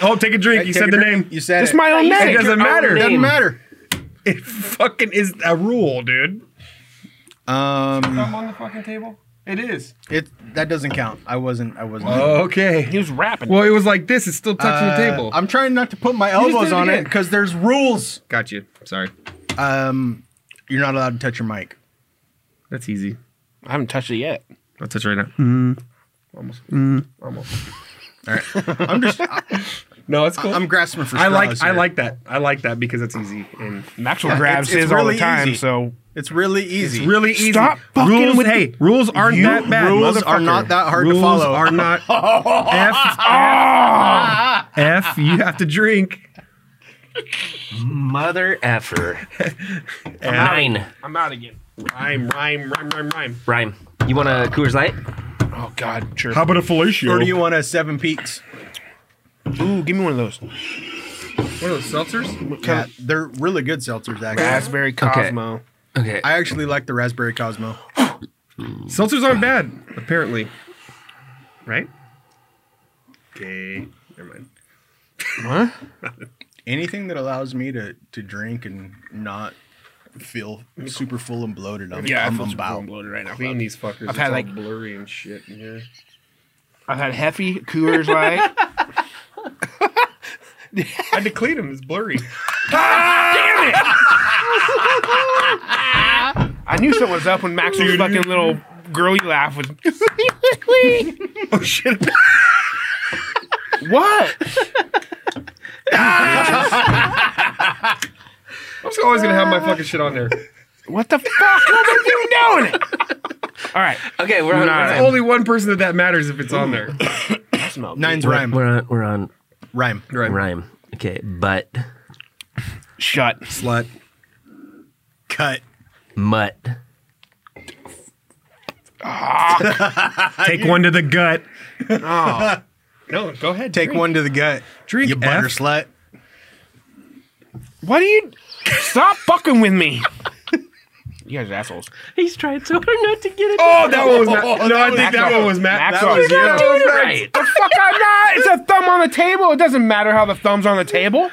B: Oh, take a drink. You
D: Take
B: said
D: a
B: the
D: drink.
B: name.
D: You said
A: It's
D: it.
A: my own
B: It
A: name.
B: doesn't
A: Your own
B: matter.
A: name.
D: Doesn't matter.
B: It fucking is a rule, dude.
D: Um,
B: on the fucking table. It is.
D: it that doesn't count. I wasn't. I wasn't.
B: Oh.
A: He
B: Okay.
A: was rapping.
B: Well, it was like this. It's still touching
D: Uh,
B: the table.
D: I'm trying not to put my
B: just
D: elbows
B: did it
D: on it
B: again.
D: because there's rules.
B: Got you. Sorry.
D: Um, you're not allowed to touch your mic.
B: That's easy.
A: I haven't touched it yet.
B: I'll touch right now.
D: Mm.
B: Almost. Almost.
D: I'm just. I,
B: No, it's cool.
D: I'm grasping for.
B: I like
D: straws
B: I
D: here.
B: like that. I like that because it's easy and
A: Maxwell grabs
D: it's- it's
A: his all
D: really
A: the time,
D: easy.
A: so
D: It's really easy.
B: really easy.
A: Stop fucking
B: rules,
A: with-
B: hey, rules aren't
D: You-
B: that bad.
D: rules are
B: motherfucker.
D: not that hard to
B: rules
D: follow.
B: Are not
D: Ah!
B: F, F, F, You have to drink.
E: Mother effer. Nine.
A: I'm out again.
B: Rhyme, rhyme, rhyme, rhyme, rhyme.
E: Rhyme. You want a Coors Light?
A: Oh God, sure.
B: about a fellatio?
D: Or do you want a oh Seven Peaks?
A: Ooh, give me one of those.
B: One of those seltzers?
D: Yeah, they're really good seltzers. Actually,
A: Raspberry Cosmo.
E: Okay.
D: I actually like the Raspberry Cosmo.
B: Seltzers aren't bad, apparently. Right? Okay. Never mind.
A: What?
D: Anything that allows me to to drink and not feel super full and bloated. I'm,
A: Yeah, I
D: I'm
A: feel super
D: about.
A: full and bloated right now.
B: Clean these fuckers.
A: I've had,
B: it's all
A: like-
B: blurry and shit in here.
A: I've had Heffy, Coors Light.
B: I had to clean them. It's blurry.
A: I knew something was up when Maxwell's fucking little girly laugh was.
B: oh shit.
A: What?
B: I'm just always gonna have my fucking shit on there.
A: What the fuck? What are you doing? All right.
E: okay, we're on.
A: Nine.
E: We're on,
B: Only one person that that matters if it's on there.
A: I smell good.
D: Nine's
E: we're,
D: rhyme.
E: we're on. We're on
D: Rhyme.
B: Right.
E: rhyme. Okay, but
A: Shut.
B: Slut.
D: Cut.
E: mutt.
B: Take one to the gut. Oh. No, go ahead.
D: Take one to the gut.
B: Drink,
D: You butter
B: F.
D: slut.
A: What do you? Stop fucking with me. You guys are assholes.
E: He's trying so hard not to get it.
B: Oh, that one was Matt. No, I think that one was Matt.
A: Maxwell.
B: That was
A: You're not
B: you.
A: doing it right. The fuck I'm not. It's a thumb on the table. It doesn't matter how the thumb's on the table.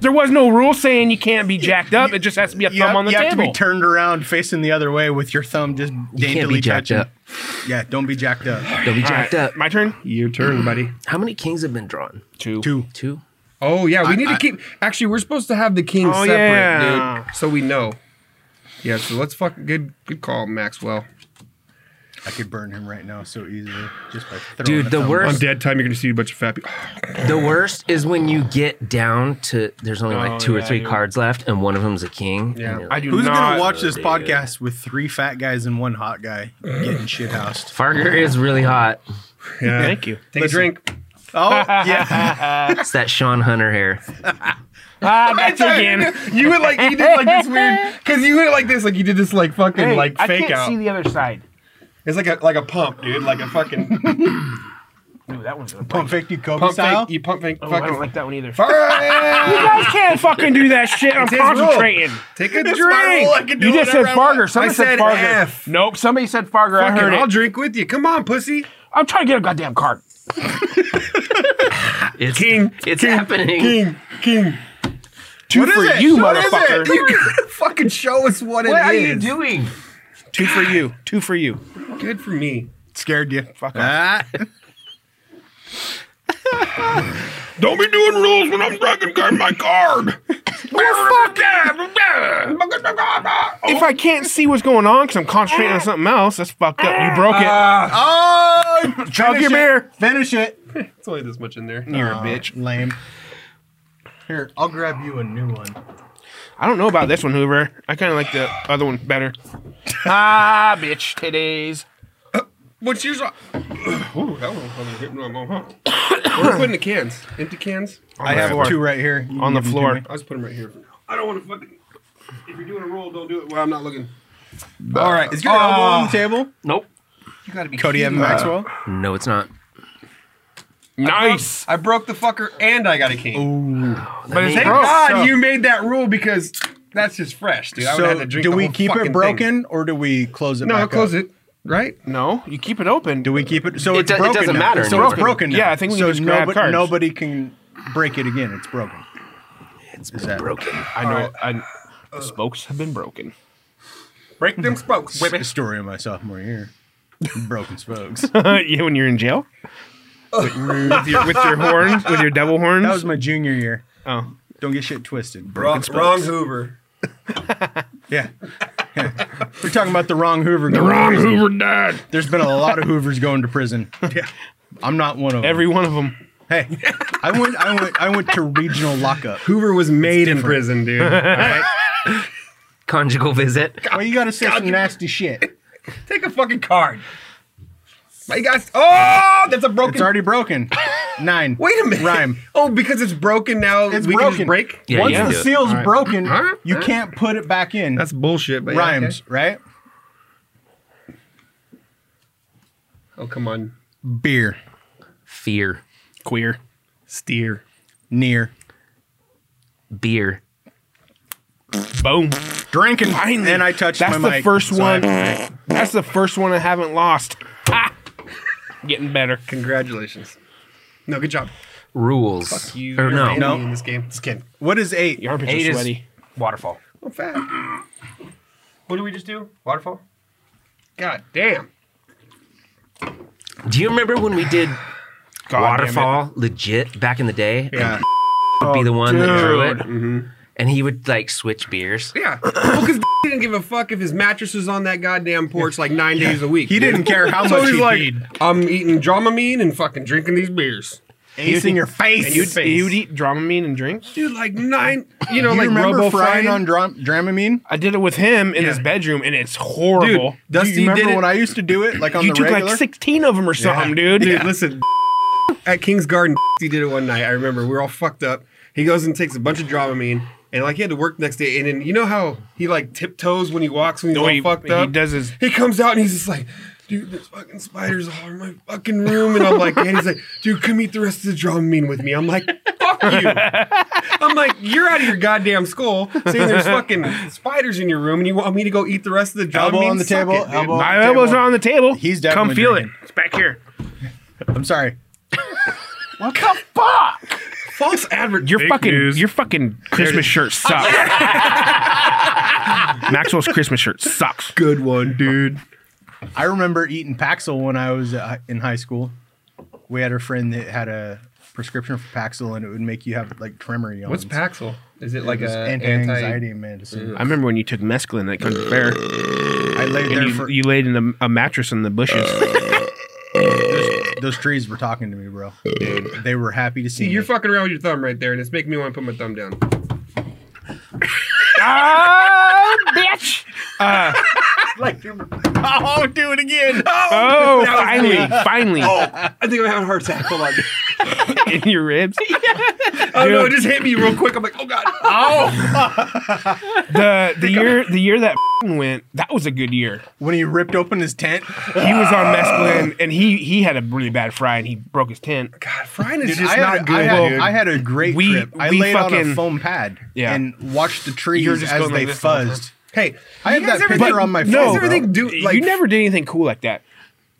A: There was no rule saying you can't be jacked up. It just has to be a
D: You,
A: thumb
D: have,
A: on the
D: you have to
A: table.
D: be turned around, facing the other way, with your thumb just
E: You
D: daintily
E: can't be jacked
D: touching.
E: up.
D: Yeah, don't be jacked up.
E: Don't be
A: All right,
E: jacked up.
A: My turn.
B: Your turn, buddy.
E: How many kings have been drawn?
A: Two.
D: Two.
E: Two.
B: Oh yeah, we need
D: I-
B: to keep. Actually, we're supposed to have the king
A: Oh,
B: separate,
A: yeah.
B: dude, so we know. Yeah, so let's fuck. Good, good call, Maxwell.
D: I could burn him right now so easily just by throwing
E: Dude,
D: a
E: the
D: thumb.
E: worst.
B: dead time. You're gonna see a bunch of fat people.
E: The worst is when you get down to there's only
A: Oh,
E: like two or
A: yeah,
E: three
A: you're-
E: cards left, and one of them's a king. and
B: Yeah,
E: you're
A: I
E: like,
A: do
D: Who's
A: not.
D: gonna watch this
E: dude.
D: podcast with three fat guys and one hot guy getting shit housed?
E: Farger is really hot.
B: Yeah.
A: Thank you.
B: Take a drink.
D: Oh yeah,
E: It's that Sean Hunter hair.
A: Ah, that's again.
B: You went like you did like this weird because you went like this like you did this like fucking
A: Hey,
B: like
A: I
B: fake
A: can't
B: out.
A: see the other side.
B: it's like a like a pump, dude. Like a fucking.
A: Ooh, that one's gonna
D: Oh,
C: Pump
A: bite.
C: fake you Kobe
B: Pump
C: style.
B: fake. You pump fake.
A: Oh, I
B: fucking.
A: don't like that one either. You
B: Fire!
A: guys can't fucking do that shit. I'm
B: his rule.
A: concentrating.
B: Take a drink.
A: Drink. you just said Farger. Somebody
B: I said
A: Farger.
B: F.
A: Nope. Somebody said Farger. I
B: Fucking,
A: heard
B: I'll
A: it.
B: drink with you. Come on, pussy.
A: I'm trying to get a goddamn card.
E: It's, it's happening.
B: King, king.
A: Two
B: What
A: for
B: is it?
A: you,
B: What is it?
A: motherfucker.
B: You gotta fucking show us what, it is.
E: What are you doing?
A: Two for you. Two for you.
B: Good for me.
C: Scared you.
A: Fuck off.
C: Ah.
A: Don't be doing rules when I'm drinking my card.
B: Oh.
A: If I can't see what's going on because I'm concentrating on something else, that's fucked up. You broke it.
C: Oh,
A: Chug your
C: finish it.
A: beer.
C: Finish it.
B: It's only this much in there.
A: You're a bitch.
D: Lame.
C: Here, I'll grab you a new one.
A: I don't know about this one, Hoover. I kind of like the other one better. ah, bitch, today's.
B: What's yours? Ooh, that one wasn't hitting where I'm going, huh? Where are we putting the cans? Empty cans?
D: I have
A: floor.
D: two right here. You
A: On the
D: can give them to
A: floor.
D: me.
B: I'll just put them right here. I don't want to fucking. If you're doing a roll, don't do it while I'm not looking.
C: All right, is your elbow on
A: Ah.
C: the table?
E: Nope.
B: You gotta be
D: Cody
A: Uh,
B: kidding
D: Evan
B: me.
D: Maxwell.
E: No, it's not.
A: Nice.
B: I broke the fucker and I got a king.
A: But it's
E: Thank
A: broke.
B: God
A: so-
B: you made that rule because that's just fresh, dude. I would have
D: So
B: to drink
D: do
B: the
D: we
B: whole
D: keep
B: fucking
D: it
B: thing.
D: broken or do we close it?
B: No,
D: back
B: close
D: up?
B: it. Right?
A: No, you keep it open.
D: Do we keep it? So
E: It
D: it's
E: do- it
D: broken
E: doesn't
D: now.
E: matter
D: So
E: anymore.
D: it's broken. Now.
A: Yeah, I think we
D: so
A: can just grab
D: nobody,
A: cards.
D: nobody can break it again. It's broken.
E: It's
D: that-
E: broken.
A: I know. I, the spokes have been broken.
B: Break them spokes.
D: It's the story of my sophomore year. Broken spokes. that
A: yeah, when you're in jail. with, with your, with your horns, with your devil horns.
D: was my junior year.
A: oh,
D: Don't get shit twisted.
B: Wrong, wrong Hoover.
D: Yeah. Yeah. We're talking about the wrong Hoover. The
A: Hoover died.
D: There's been a lot of Hoovers going to prison. Yeah. I'm not one of them.
A: Every one of them.
D: hey, I went, I went, I went to regional lockup.
B: Hoover was made in prison, dude.
E: Conjugal visit.
D: Well, you got to say some nasty shit.
B: Take a fucking card. My guys. Oh, that's a broken.
D: It's already broken. Nine.
B: Wait a minute.
D: Rhyme.
B: Oh, because it's broken now.
D: It's
B: we
D: broken.
B: Can just break.
E: Yeah,
D: Once
E: you can
D: the
E: do it.
D: seal's broken,
B: Huh?
D: you can't put it back in.
B: That's bullshit. But yeah,
D: rhymes, right?
B: okay. Oh come on.
D: Beer,
E: Fear.
A: Queer.
B: Steer.
D: near,
E: Beer.
A: Boom.
D: drinking.
A: Finally.
D: And I touched
A: That's
D: my
A: the
D: mic,
A: first
D: so
A: one.
D: I-
A: That's the first one I haven't lost. Ha! Getting better.
B: Congratulations. No, good job.
E: Rules.
B: You
E: or
B: you're
E: no.
B: an enemy
D: No.
B: in this game. This game.
D: What is eight?
A: Your armpits
E: Eight
A: are
E: is-
A: sweaty.
E: Waterfall.
B: Oh, fat. What did we just do? Waterfall. God damn.
E: Do you remember when we did
A: God damn it.
E: Waterfall legit back in the day?
B: Yeah.
E: would be the one that drew it.
A: dude.
E: And he would like switch beers.
B: Yeah. Well, because he didn't give a fuck if his mattress was on that goddamn porch like nine days a week.
D: He didn't care how
B: So
D: much
B: he's
D: he
B: like,
D: peed.
B: I'm eating Dramamine and fucking drinking these beers.
D: Ace in your face.
A: And you'd, you'd eat Dramamine and drink?
B: Dude, like nine, you know,
D: you
B: like
D: remember
B: Robo
D: frying on dram- Dramamine?
A: I did it with him in his bedroom, and it's horrible.
D: Do
B: Dusty
D: you remember
B: did it.
D: Oh, when I used to do it, like on
A: you
D: the
A: took
D: regular?
A: like 16 of them or something, dude.
B: Dude, listen. At King's Garden, he did it one night. I remember we were all fucked up. He goes and takes a bunch of Dramamine, and like he had to work the next day. And then you know how he like tiptoes when he walks when he's
A: No,
B: all
A: he-
B: fucked
A: he
B: up.
A: does his-
B: He comes out and he's just like, dude, there's fucking spiders all over my fucking room. And I'm like, and he's like, dude, come eat the rest of the Dramamine with me. I'm like, fuck you. I'm like, you're out of your goddamn skull saying there's fucking spiders in your room, and you want me to go eat the rest of the Dramamine?
D: Elbow on the
B: Suck
D: table,
B: it, dude.
D: elbow
A: My elbows are on the table.
D: He's
A: Come
D: definitely
A: feel
D: drinking.
A: it. It's back here.
D: I'm sorry.
B: False advert.
A: Your
B: Fake
A: fucking
B: news.
A: your fucking Christmas shirt sucks. Maxwell's Christmas shirt sucks.
B: good one, dude.
D: I remember eating Paxil when I was uh, in high school. We had a friend that had a prescription for Paxil, and it would make you have like tremor yawns.
B: What's Paxil? Is it like
D: It was
B: a anti?
D: anti-anxiety medicine.
A: I remember when you took mescaline at Country Fair
D: I laid
A: and
D: there
A: you,
D: for Uh.
A: you laid in a, a mattress in the bushes.
D: those trees were talking to me, bro. They were happy to see
B: You're
D: me.
B: fucking around with your thumb right there, and it's making me want to put my thumb down.
A: oh, bitch!
D: oh, do it again.
A: Oh,
D: Oh.
A: finally, finally,
B: I think I'm having a heart attack. Hold on.
A: in your ribs.
B: Oh no, it just hit me real quick. I'm like, oh god.
C: Ah,
A: the the year the year that went, that was a good year.
D: When he ripped open his tent,
A: He was on mescaline, and he he had a really bad fry, and he broke his tent.
B: God, frying is
C: Dude,
B: just
C: I had,
B: not good.
C: I, had,
B: dude.
C: I had a great
A: We-
C: trip. I
A: we
C: laid on
A: fucking-
C: a foam pad
A: Yeah.
C: and watched the trees
A: You're just
C: as
A: going like
C: they
A: this the whole time.
C: fuzzed.
B: hey,
C: I have
B: you guys
C: that
B: ever
C: picture
B: think-
C: on my
B: you
C: phone,
B: guys ever
C: bro.
B: think do like
A: you never did anything cool like that.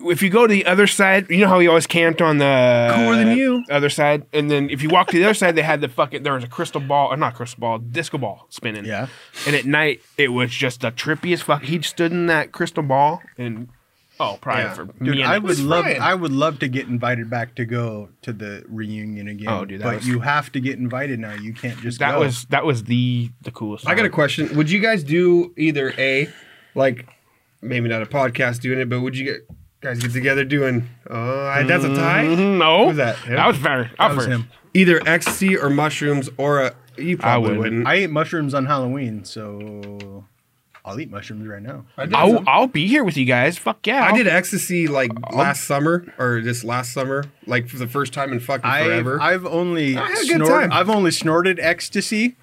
A: If you go to the other side, you know how we always camped on the
B: Cooler than you.
A: other side, and then if you walk to the other side, they had the fucking there was a crystal ball or not crystal ball, disco ball spinning.
D: Yeah.
A: and at night it was just the trippiest fuck. He stood in that crystal ball and oh, probably
B: Yeah.
A: for
D: dude, I
A: minutes.
D: would love.
B: frying.
D: I would love to get invited back to go to the reunion again.
A: Oh, dude, that
D: but
A: was-
D: you have to get invited now. You can't just.
A: That
D: go.
A: was that was the the coolest.
B: I got a
A: time.
B: question. Would you guys do either a like maybe not a podcast doing it, but would you get guys get together doing uh I- that's a tie?
C: Mm-hmm.
A: Mhm, no.
B: Who's that? Him?
A: That was very. That
D: was him.
B: Either ecstasy or mushrooms or a you probably
A: wouldn't.
B: wouldn't.
D: I ate mushrooms on Halloween, so I'll eat mushrooms right now.
B: did
A: I'll, I'll be here with you guys. Fuck yeah!
B: I did ecstasy like last summer or just last summer, like for the first time in fucking
D: I've,
B: forever.
D: I've only
B: I had a good
D: snorted,
B: time.
D: I've only snorted ecstasy,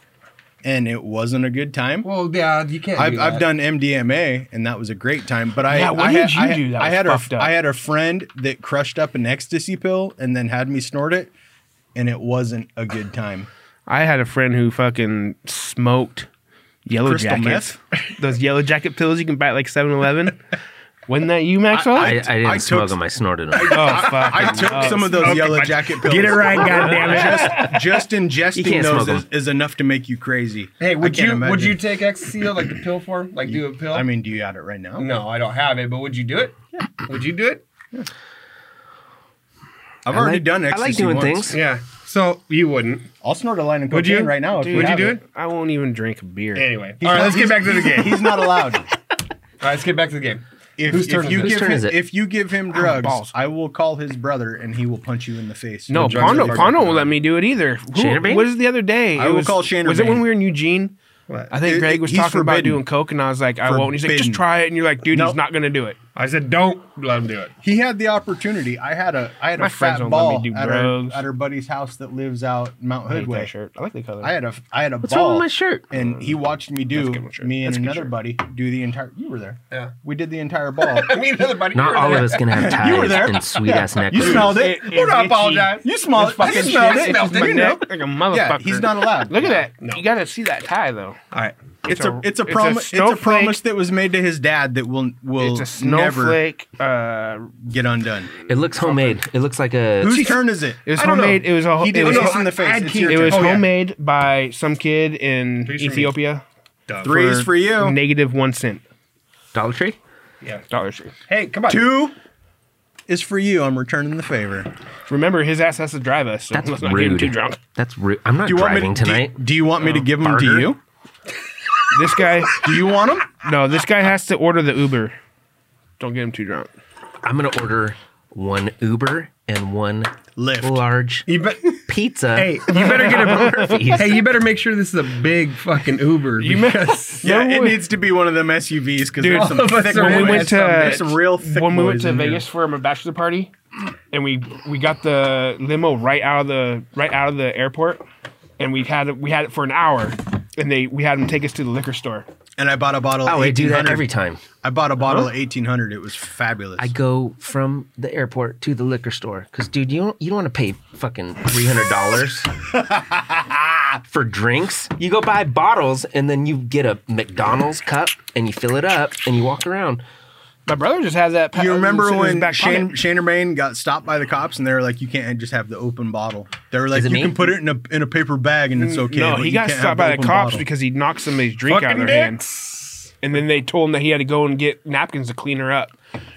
D: and it wasn't a good time.
B: well, yeah, you can't.
D: I've, I've done MDMA, and that was a great time. But I,
A: Yeah, what
D: I
A: did
D: had,
A: you
D: I, had-
A: do that
D: I
A: was
D: had a,
A: fucked up?
D: I had a friend that crushed up an ecstasy pill and then had me snort it, and it wasn't a good time.
A: I had a friend who fucking smoked yellow
D: Crystal
A: jackets. Those yellow jacket pills you can buy at like 7-Eleven. Wasn't that you, Maxwell?
E: I, I didn't
D: I
E: smoke
D: took-
E: them. I snorted them.
A: oh fuck!
D: I took some of those yellow jacket pills.
A: goddammit!
D: Just, just ingesting
E: can't
D: those
E: smoke 'em.
D: is, is enough to make you crazy.
B: Hey, would
D: I can't
B: you would
D: imagine.
B: you take ecstasy though, like the pill form, like do a pill?
D: I mean, do you have it right now?
B: no, I don't have it, but would you do it? Would you do it?
D: I've already
E: like-
D: done
E: I like
D: ecstasy.
E: doing
D: once.
E: things.
B: Yeah. So you wouldn't.
D: I'll snort a line of cocaine
B: Would you?
D: right now. If
B: Dude,
D: you
B: would you
D: have
B: do it?
A: I won't even drink a beer.
B: Anyway, all right, let's get back to the game. All
D: He's not allowed.
B: right, let's get back to the game.
D: If,
B: Whose
D: if
B: turn is
D: you
B: it?
E: Whose
D: give
E: turn
D: him,
E: is it?
D: If you give him drugs,
A: balls.
D: I will call his brother and he will punch you in the face.
A: No,
D: With drugs
A: Pondo
D: that are
A: Pondo
D: fucking
A: won't let me do it either. Who,
E: Shannerbane?
A: what is the other day?
D: I
A: It
D: will
A: was,
D: call Shannerbane.
A: Was it when we were in Eugene? I think
D: It-
A: Greg
D: it-
A: was
D: he's
A: talking about
D: forbidden.
A: doing coke, and I was like, I won't. He's like, just
D: Forbidden.
A: try it, and you're like, dude, he's
D: Nope.
A: not gonna do it.
B: I said, don't let him do it.
D: He had the opportunity. I had a I had
A: My
D: a
A: friends
D: fat
A: don't let me
D: ball
A: do
D: at our,
A: drugs.
D: at our buddy's house that lives out Mount
A: I hate that
D: Hoodway.
A: shirt. I like the color.
D: I had a I had a
E: What's
D: ball
E: wrong with my shirt?
D: and he watched me
A: That's
D: do
A: a good one, sure.
D: me and
A: That's a good
D: another
A: shirt.
D: buddy do the entire. You were there.
B: Yeah.
D: We did the entire ball.
B: I mean, another buddy.
E: Not all of us can have
D: You were
E: ties
D: there.
E: and sweet ass
D: you
E: necklaces.
D: smelled it.
A: It-
B: We're
A: it's
B: not
A: itchy.
B: apologize.
D: You smelled it. You
B: fucking
D: smelled
B: shit.
D: it.
B: Smelled it.
A: my
B: you
A: neck like a motherfucker.
D: Yeah, he's not allowed.
A: Look at that.
B: No.
A: You gotta see that tie though.
B: All right.
D: It's a it's
A: it's
D: a
A: a
D: promise it's a
A: snowflake.
D: promise that was made to his dad that will will
A: It's a
D: never
A: snowflake. Uh,
D: get undone.
E: It looks homemade. It looks like a.
D: Whose turn is it?
A: it was
B: I don't know.
A: homemade. It was a.
D: He
A: it
D: did
A: was,
D: kiss
B: no,
D: in the
B: I- I
D: face. It's
B: can't-
D: your
A: it
D: turn.
A: was
B: Oh, yeah.
A: homemade by some kid in
B: Pretty sure he-
A: Ethiopia.
D: Oh, Three's for you.
A: Negative one cent.
E: Dollar Tree?
B: Yeah.
A: Dollar Tree.
B: Hey, come on.
D: Two is for you. I'm returning the favor.
A: Remember, his ass has to drive us. So
E: That's
A: let's not get him
E: rude.
A: too drunk.
E: That's rude. I'm not
D: Do you want
E: driving
D: me to,
E: tonight.
D: Do, do you want me to give them
E: Barker?
D: to you?
A: This guy.
D: Do you want them?
A: No, this guy has to order the Uber. Don't get him too drunk.
E: I'm gonna order one Uber and one
D: Lyft.
E: large
B: You bet.
E: pizza.
B: Hey, you better get a. hey, you better make sure this is a big fucking Uber.
A: You
B: because-
A: mess.
D: Yeah, it needs to be one of them SUVs because there's some
B: all of us
D: thick
B: are
A: when we
D: boys.
A: went to
D: there's some real thick
A: when we went
D: boys
A: to
D: in here.
A: Vegas for my bachelor party, and we we got the limo right out of the right out of the airport, and we had it we had it for an hour, and they we had them take us to the liquor store.
D: and I bought a bottle.
E: oh,
D: of
E: I do that
D: 1800.
E: every time.
D: I bought a bottle of 1800. It was fabulous.
E: I go from the airport to the liquor store because, dude, you don't you don't want to pay fucking three hundred dollars for drinks. You go buy bottles and then you get a McDonald's cup and you fill it up and you walk around.
A: My brother just had that. pa-
D: you
A: it was
D: remember
A: in his
D: when
A: back
D: Shane
A: pocket.
D: Shandermain got stopped by the cops and they were like, "You can't just have the open bottle." They were like,
E: Is
D: "You
E: it me?
D: can put it in a in a paper bag and it's okay."
A: Mm, No,
D: but
A: he
D: you
A: got
D: can't
A: stopped
D: have
A: by the
D: open
A: cops
D: bottle."
A: because he knocked somebody's drink out
B: Fucking
A: of their hand, and then they told him that he had to go and get napkins to clean her up,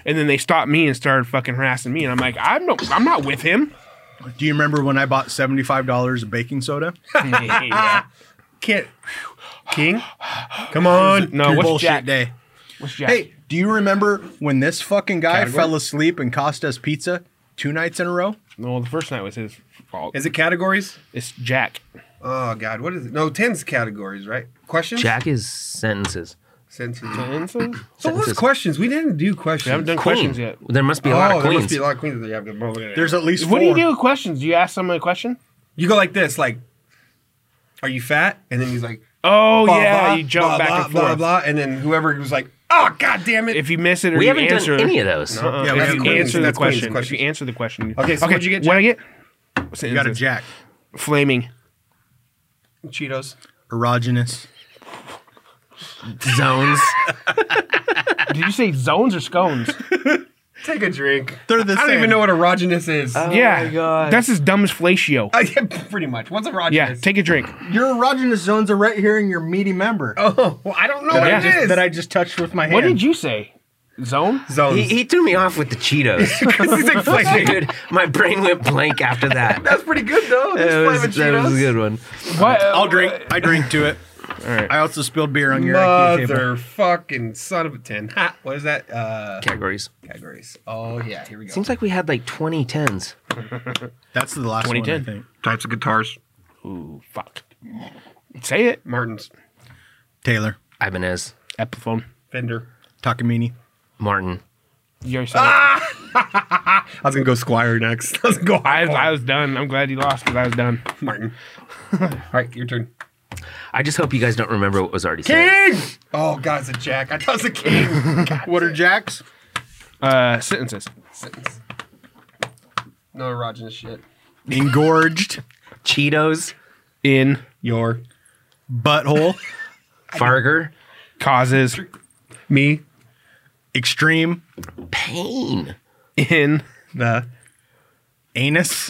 A: and then they stopped me and started fucking harassing me, and I'm like, I'm no, I'm not with him.
D: Do you remember when I bought seventy five dollars of baking soda?
A: Yeah.
B: Kid. King? Come on.
A: No,
D: Your
A: what's
D: bullshit
A: Jack?
D: day.
A: What's Jack?
D: Hey, do you remember when this fucking guy
B: Category?
D: fell asleep and cost us pizza two nights in a row?
A: Well, the first night was his fault.
B: Is it categories?
A: It's Jack.
B: Oh, God. What is it? No, 10's categories, right? Questions?
E: Jack is sentences.
B: Sentences.
A: Sentences?
B: So what was
E: Sentences.
B: questions? We didn't do questions.
A: We haven't done
E: Queen.
A: questions yet.
E: There must be a
B: oh,
E: lot of
B: there
E: queens.
B: must be a lot of queens. That you have.
D: There's at least
A: What do
D: four.
A: you do with questions? Do you ask someone a question?
B: You go like this, like "Are you fat?" And then he's like,
A: Oh
B: blah,
A: yeah,
B: blah,
A: you jump
B: blah,
A: back
B: blah,
A: and
B: blah,
A: forth.
B: blah, and then whoever was like, "Oh god damn it!"
A: If you miss it or
E: We
A: you
E: haven't
A: answer,
E: done any of those.
A: Uh-uh.
B: Yeah, we
A: if
B: haven't
A: you
B: done
A: answer the
B: that's Queen's
A: question, if
B: question.
A: you answer the question.
B: Okay, so what'd you get,
A: What I get? you
B: got a jack.
A: Flaming.
C: Cheetos.
D: Erogenous.
E: Zones.
A: Did you say zones or scones?
B: Take a drink.
D: They're the
B: I don't even know what erogenous is.
A: yeah,
E: my God.
A: that's as dumb as fellatio.
B: Uh, yeah, pretty much. What's erogenous?
A: yeah, take a drink.
C: Your erogenous zones are right here in your meaty member.
B: oh, well, I don't know
D: that,
B: what
A: Yeah.
D: I
B: it
D: just,
B: is.
D: that I just touched with my hand.
A: What did you say? Zone?
B: zones.
E: he, he threw me off with the Cheetos.
B: He's like, "Flake."
E: Dude, my brain went blank after that.
C: That's pretty good though. Those
E: that,
C: flaming
E: was, that was a
C: Cheetos.
E: good one.
A: What? uh,
D: I'll drink. I drink to it.
A: right.
D: I also spilled beer on your IKEA table.
B: Motherfucking son of a ten. Ha, what is that? Uh,
E: Categories.
B: categories. Oh yeah, here we go.
E: Seems like we had like 20 tens.
D: That's the last one, I
A: 2010.
D: think.
B: Types of guitars.
A: Ooh, Oh, fuck. Say it.
B: Martins,
D: Taylor,
E: Ibanez,
A: Epiphone.
B: Fender.
D: Takamini.
E: Martin.
A: You already said it.
B: I was gonna go Squire next. I was gonna go
A: I,
B: Hawthorne.
A: I was done. I'm glad you lost because I was done.
B: Martin. All right, your turn.
E: I just hope you guys don't remember what was already said.
B: King. Oh God, it's a jack. I thought it was a king. God,
D: What are jacks?
A: Uh, sentences.
B: sentence. No erogenous shit.
D: Engorged.
E: Cheetos,
A: In
B: Your
D: Butthole.
E: Farger,
A: causes.
B: me
D: Extreme.
E: pain.
A: In
B: the
D: Anus.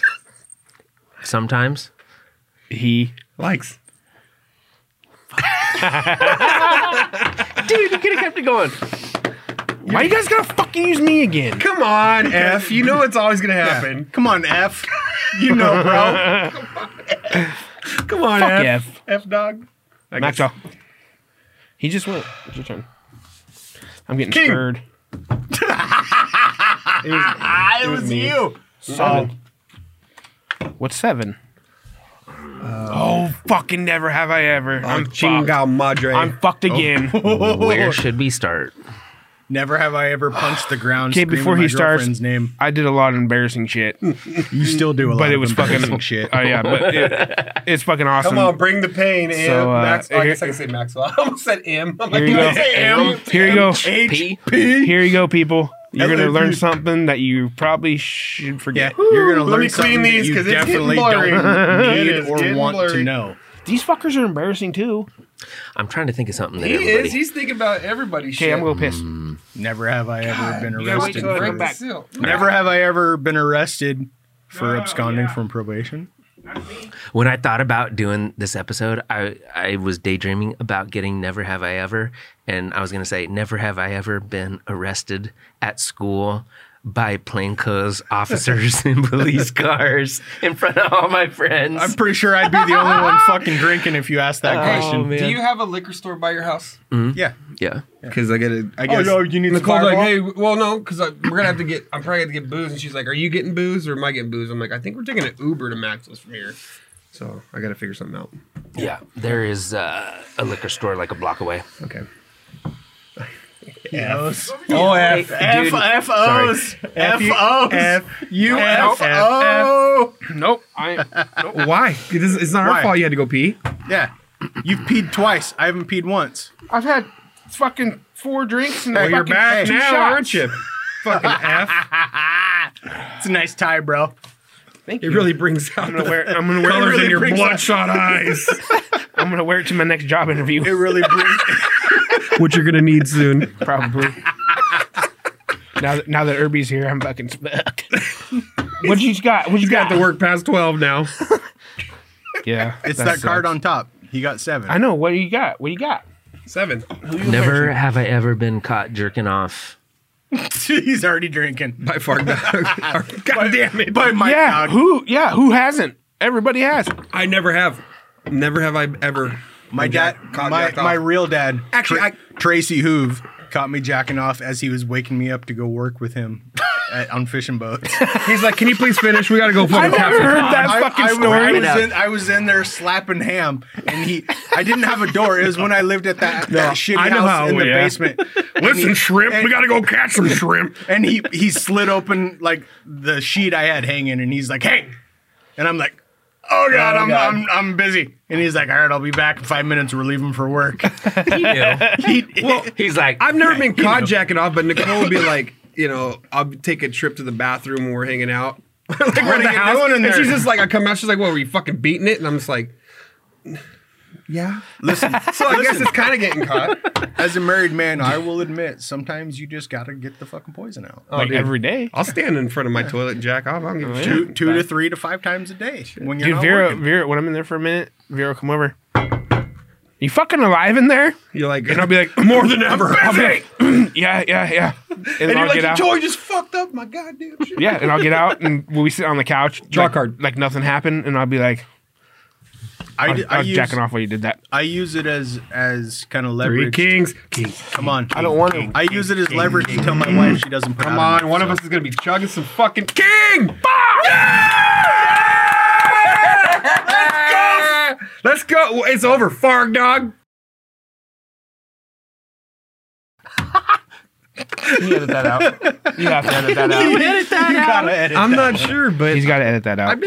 E: Sometimes.
A: he.
B: likes.
E: Dude, you could have kept it going.
A: Why you guys gotta fucking use me again?
B: Come on, F. You know it's always gonna happen.
D: Come on, F. You know, bro.
B: Come on,
A: Fuck
B: F.
A: F.
B: F dog. I guess-
A: Maxwell. He just went. It's your turn. I'm getting
B: King.
A: stirred.
D: it was you.
A: Seven. What's seven? oh, fucking never have I ever. I'm fucked.
B: Chinga madre.
A: I'm fucked
B: Oh.
A: again.
E: Where should we start?
D: Never have I ever punched the ground.
A: Okay,
D: screaming
A: before
D: my
A: he starts-
D: girlfriend's name,
A: I did a lot of embarrassing shit,
D: you still do a lot.
A: but it
D: of
A: was fucking
D: embarrassing shit.
A: Oh yeah, but it, it's fucking awesome.
B: Come on, bring the pain, M.
A: So, uh,
B: Max, oh, I
A: here-
B: guess I can say Maxwell. I almost said M. I'm like,
A: Here you
B: did I
A: go.
B: say M?
A: Here you go.
E: P.
A: Here you go, people. You're gonna
D: LAP.
A: learn something that you probably should
D: Yeah,
A: forget.
D: you're gonna
B: Let
D: learn
B: me clean
D: something that
B: these
D: you
B: 'cause it's getting
D: definitely
B: blurry.
D: don't
B: It
D: need
B: is
D: or
B: getting
D: want
B: blurry.
D: to know.
A: These fuckers are embarrassing too.
E: I'm trying to think of something that
B: He
E: everybody.
B: is. He's thinking about everybody's
A: Okay,
B: shit.
A: I'm gonna go piss.
D: Never have I ever been
B: You gotta wait
D: arrested.
B: till I
D: For,
B: bring
A: back.
B: the seal.
D: never have I ever been arrested for absconding from probation.
E: when I thought about doing this episode, I, I was daydreaming about getting Never Have I Ever. And I was going to say, Never Have I Ever Been Arrested at School by plainclothes officers in police cars in front of all my friends.
D: I'm pretty sure I'd be the only one fucking drinking if you asked that question.
E: man.
B: Do you have a liquor store by your house?
D: Yeah.
E: yeah.
C: Because I get it. I
D: Oh, yo, you need some
B: Nicole's like,
D: fireball?
B: hey, well, no, because we're gonna have to get. I'm probably gonna get booze, and she's like, "Are you getting booze or am I getting booze?" I'm like, "I think we're taking an Uber to Maxwell's from here." So I gotta figure something out.
E: Yeah. There is uh, a liquor store like a block away.
B: Okay.
D: F
B: Oh, F.
E: Dude,
D: F F
E: O's.
D: O's F U F O.
B: Oh,
A: Nope. I nope.
B: why? It is, it's not
D: Why?
B: our fault. You had to go pee.
D: Yeah. You've peed twice. I haven't peed once.
A: I've had fucking four drinks and
B: Well,
A: fucking
B: Oh, you're back
A: two
B: now,
A: shots.
B: aren't you? Fucking F.
D: It's a nice tie, bro.
A: Thank
B: It
A: you.
B: really brings out
A: I'm gonna wear. I'm gonna wear
B: colors
A: it
B: in your
A: blood.
B: bloodshot eyes.
A: I'm gonna wear it to my next job
D: It
A: interview,
D: really brings.
B: What you're gonna need soon.
A: probably. now, that, now that Irby's here, I'm fucking stuck. what you got? What you
B: Got
A: got?
B: to work past twelve now.
A: Yeah,
D: It's that, card on top. He got seven.
A: I know. What do you got? What do you got?
B: Seven.
E: Never have I ever been caught jerking off.
D: He's already drinking.
B: By far. God damn it.
D: By my
A: yeah,
D: dog.
A: who? Yeah, who hasn't? Everybody has.
B: I never have. Never have I ever.
D: My dad,
B: caught
D: my,
B: jacked off.
D: my real dad,
B: Actually, I-
D: Tracy Hoove, caught me jacking off as he was waking me up to go work with him at, on fishing boats.
B: He's like, can you please finish? We gotta go
A: I
B: fucking
A: never
B: capture.
A: heard that
D: I,
A: fucking
D: I was-
A: story.
D: I
E: Right
D: was,
E: up.
D: in, I was in there slapping ham, and he, I didn't have a door. It was when I lived at that, that shitty
B: I know
D: house
B: how,
D: in the
A: yeah.
D: basement.
B: Listen, shrimp. We gotta go catch some shrimp.
D: And he he slid open like the sheet I had hanging, and he's like, "Hey," and I'm like, oh god, I'm,
F: God.
D: I'm I'm busy. And he's like, all right, I'll be back in five minutes. We're leaving for work.
E: He knew.
B: Well,
E: He's like,
B: I've never been caught jacking off, but Nicole would be like, you know, I'll take a trip to the bathroom when we're hanging out. like, what
D: the hell doing in
B: And
D: there?
B: she's just like, I come out, she's like, what, were you fucking beating it? And I'm just like, yeah.
D: Listen,
B: So I guess it's kind of getting caught.
D: as a married man, I will admit sometimes you just gotta get the fucking poison out.
A: like every day.
B: I'll stand in front of my toilet and jack off. I don't give a
D: Two,
B: shit.
D: two to three to five times a day when you're
A: Dude,
D: not
A: Vera,
D: working.
A: Vera, when I'm in there for a minute, Vera, come over. You fucking alive in there?
B: You're like,
A: And I'll be like, more than ever. I'll be like, yeah, yeah, yeah. And, then I'll get out.
B: just fucked up my goddamn shit.
A: Yeah, and I'll get out and we sit on the couch.
B: Draw
A: like,
B: card.
A: Like nothing happened, and I'll be like,
D: I,
A: I,
D: d-
A: was- I,
D: I
A: was
D: use,
A: jacking off while you did that.
D: I use it as as kind of
B: Three
D: leverage.
B: kings. Kings.
D: Come on,
A: I don't want to.
D: I use it as leverage to tell my wife she doesn't put
B: Come
D: out
B: on, uh, one of us is gonna be chugging some fucking king. Yeah! Let's go. Let's go. It's over, Farg dog.
A: You edit that out. You have to edit that out.
D: You gotta edit
B: I'm not sure, but
A: He's got to edit that out.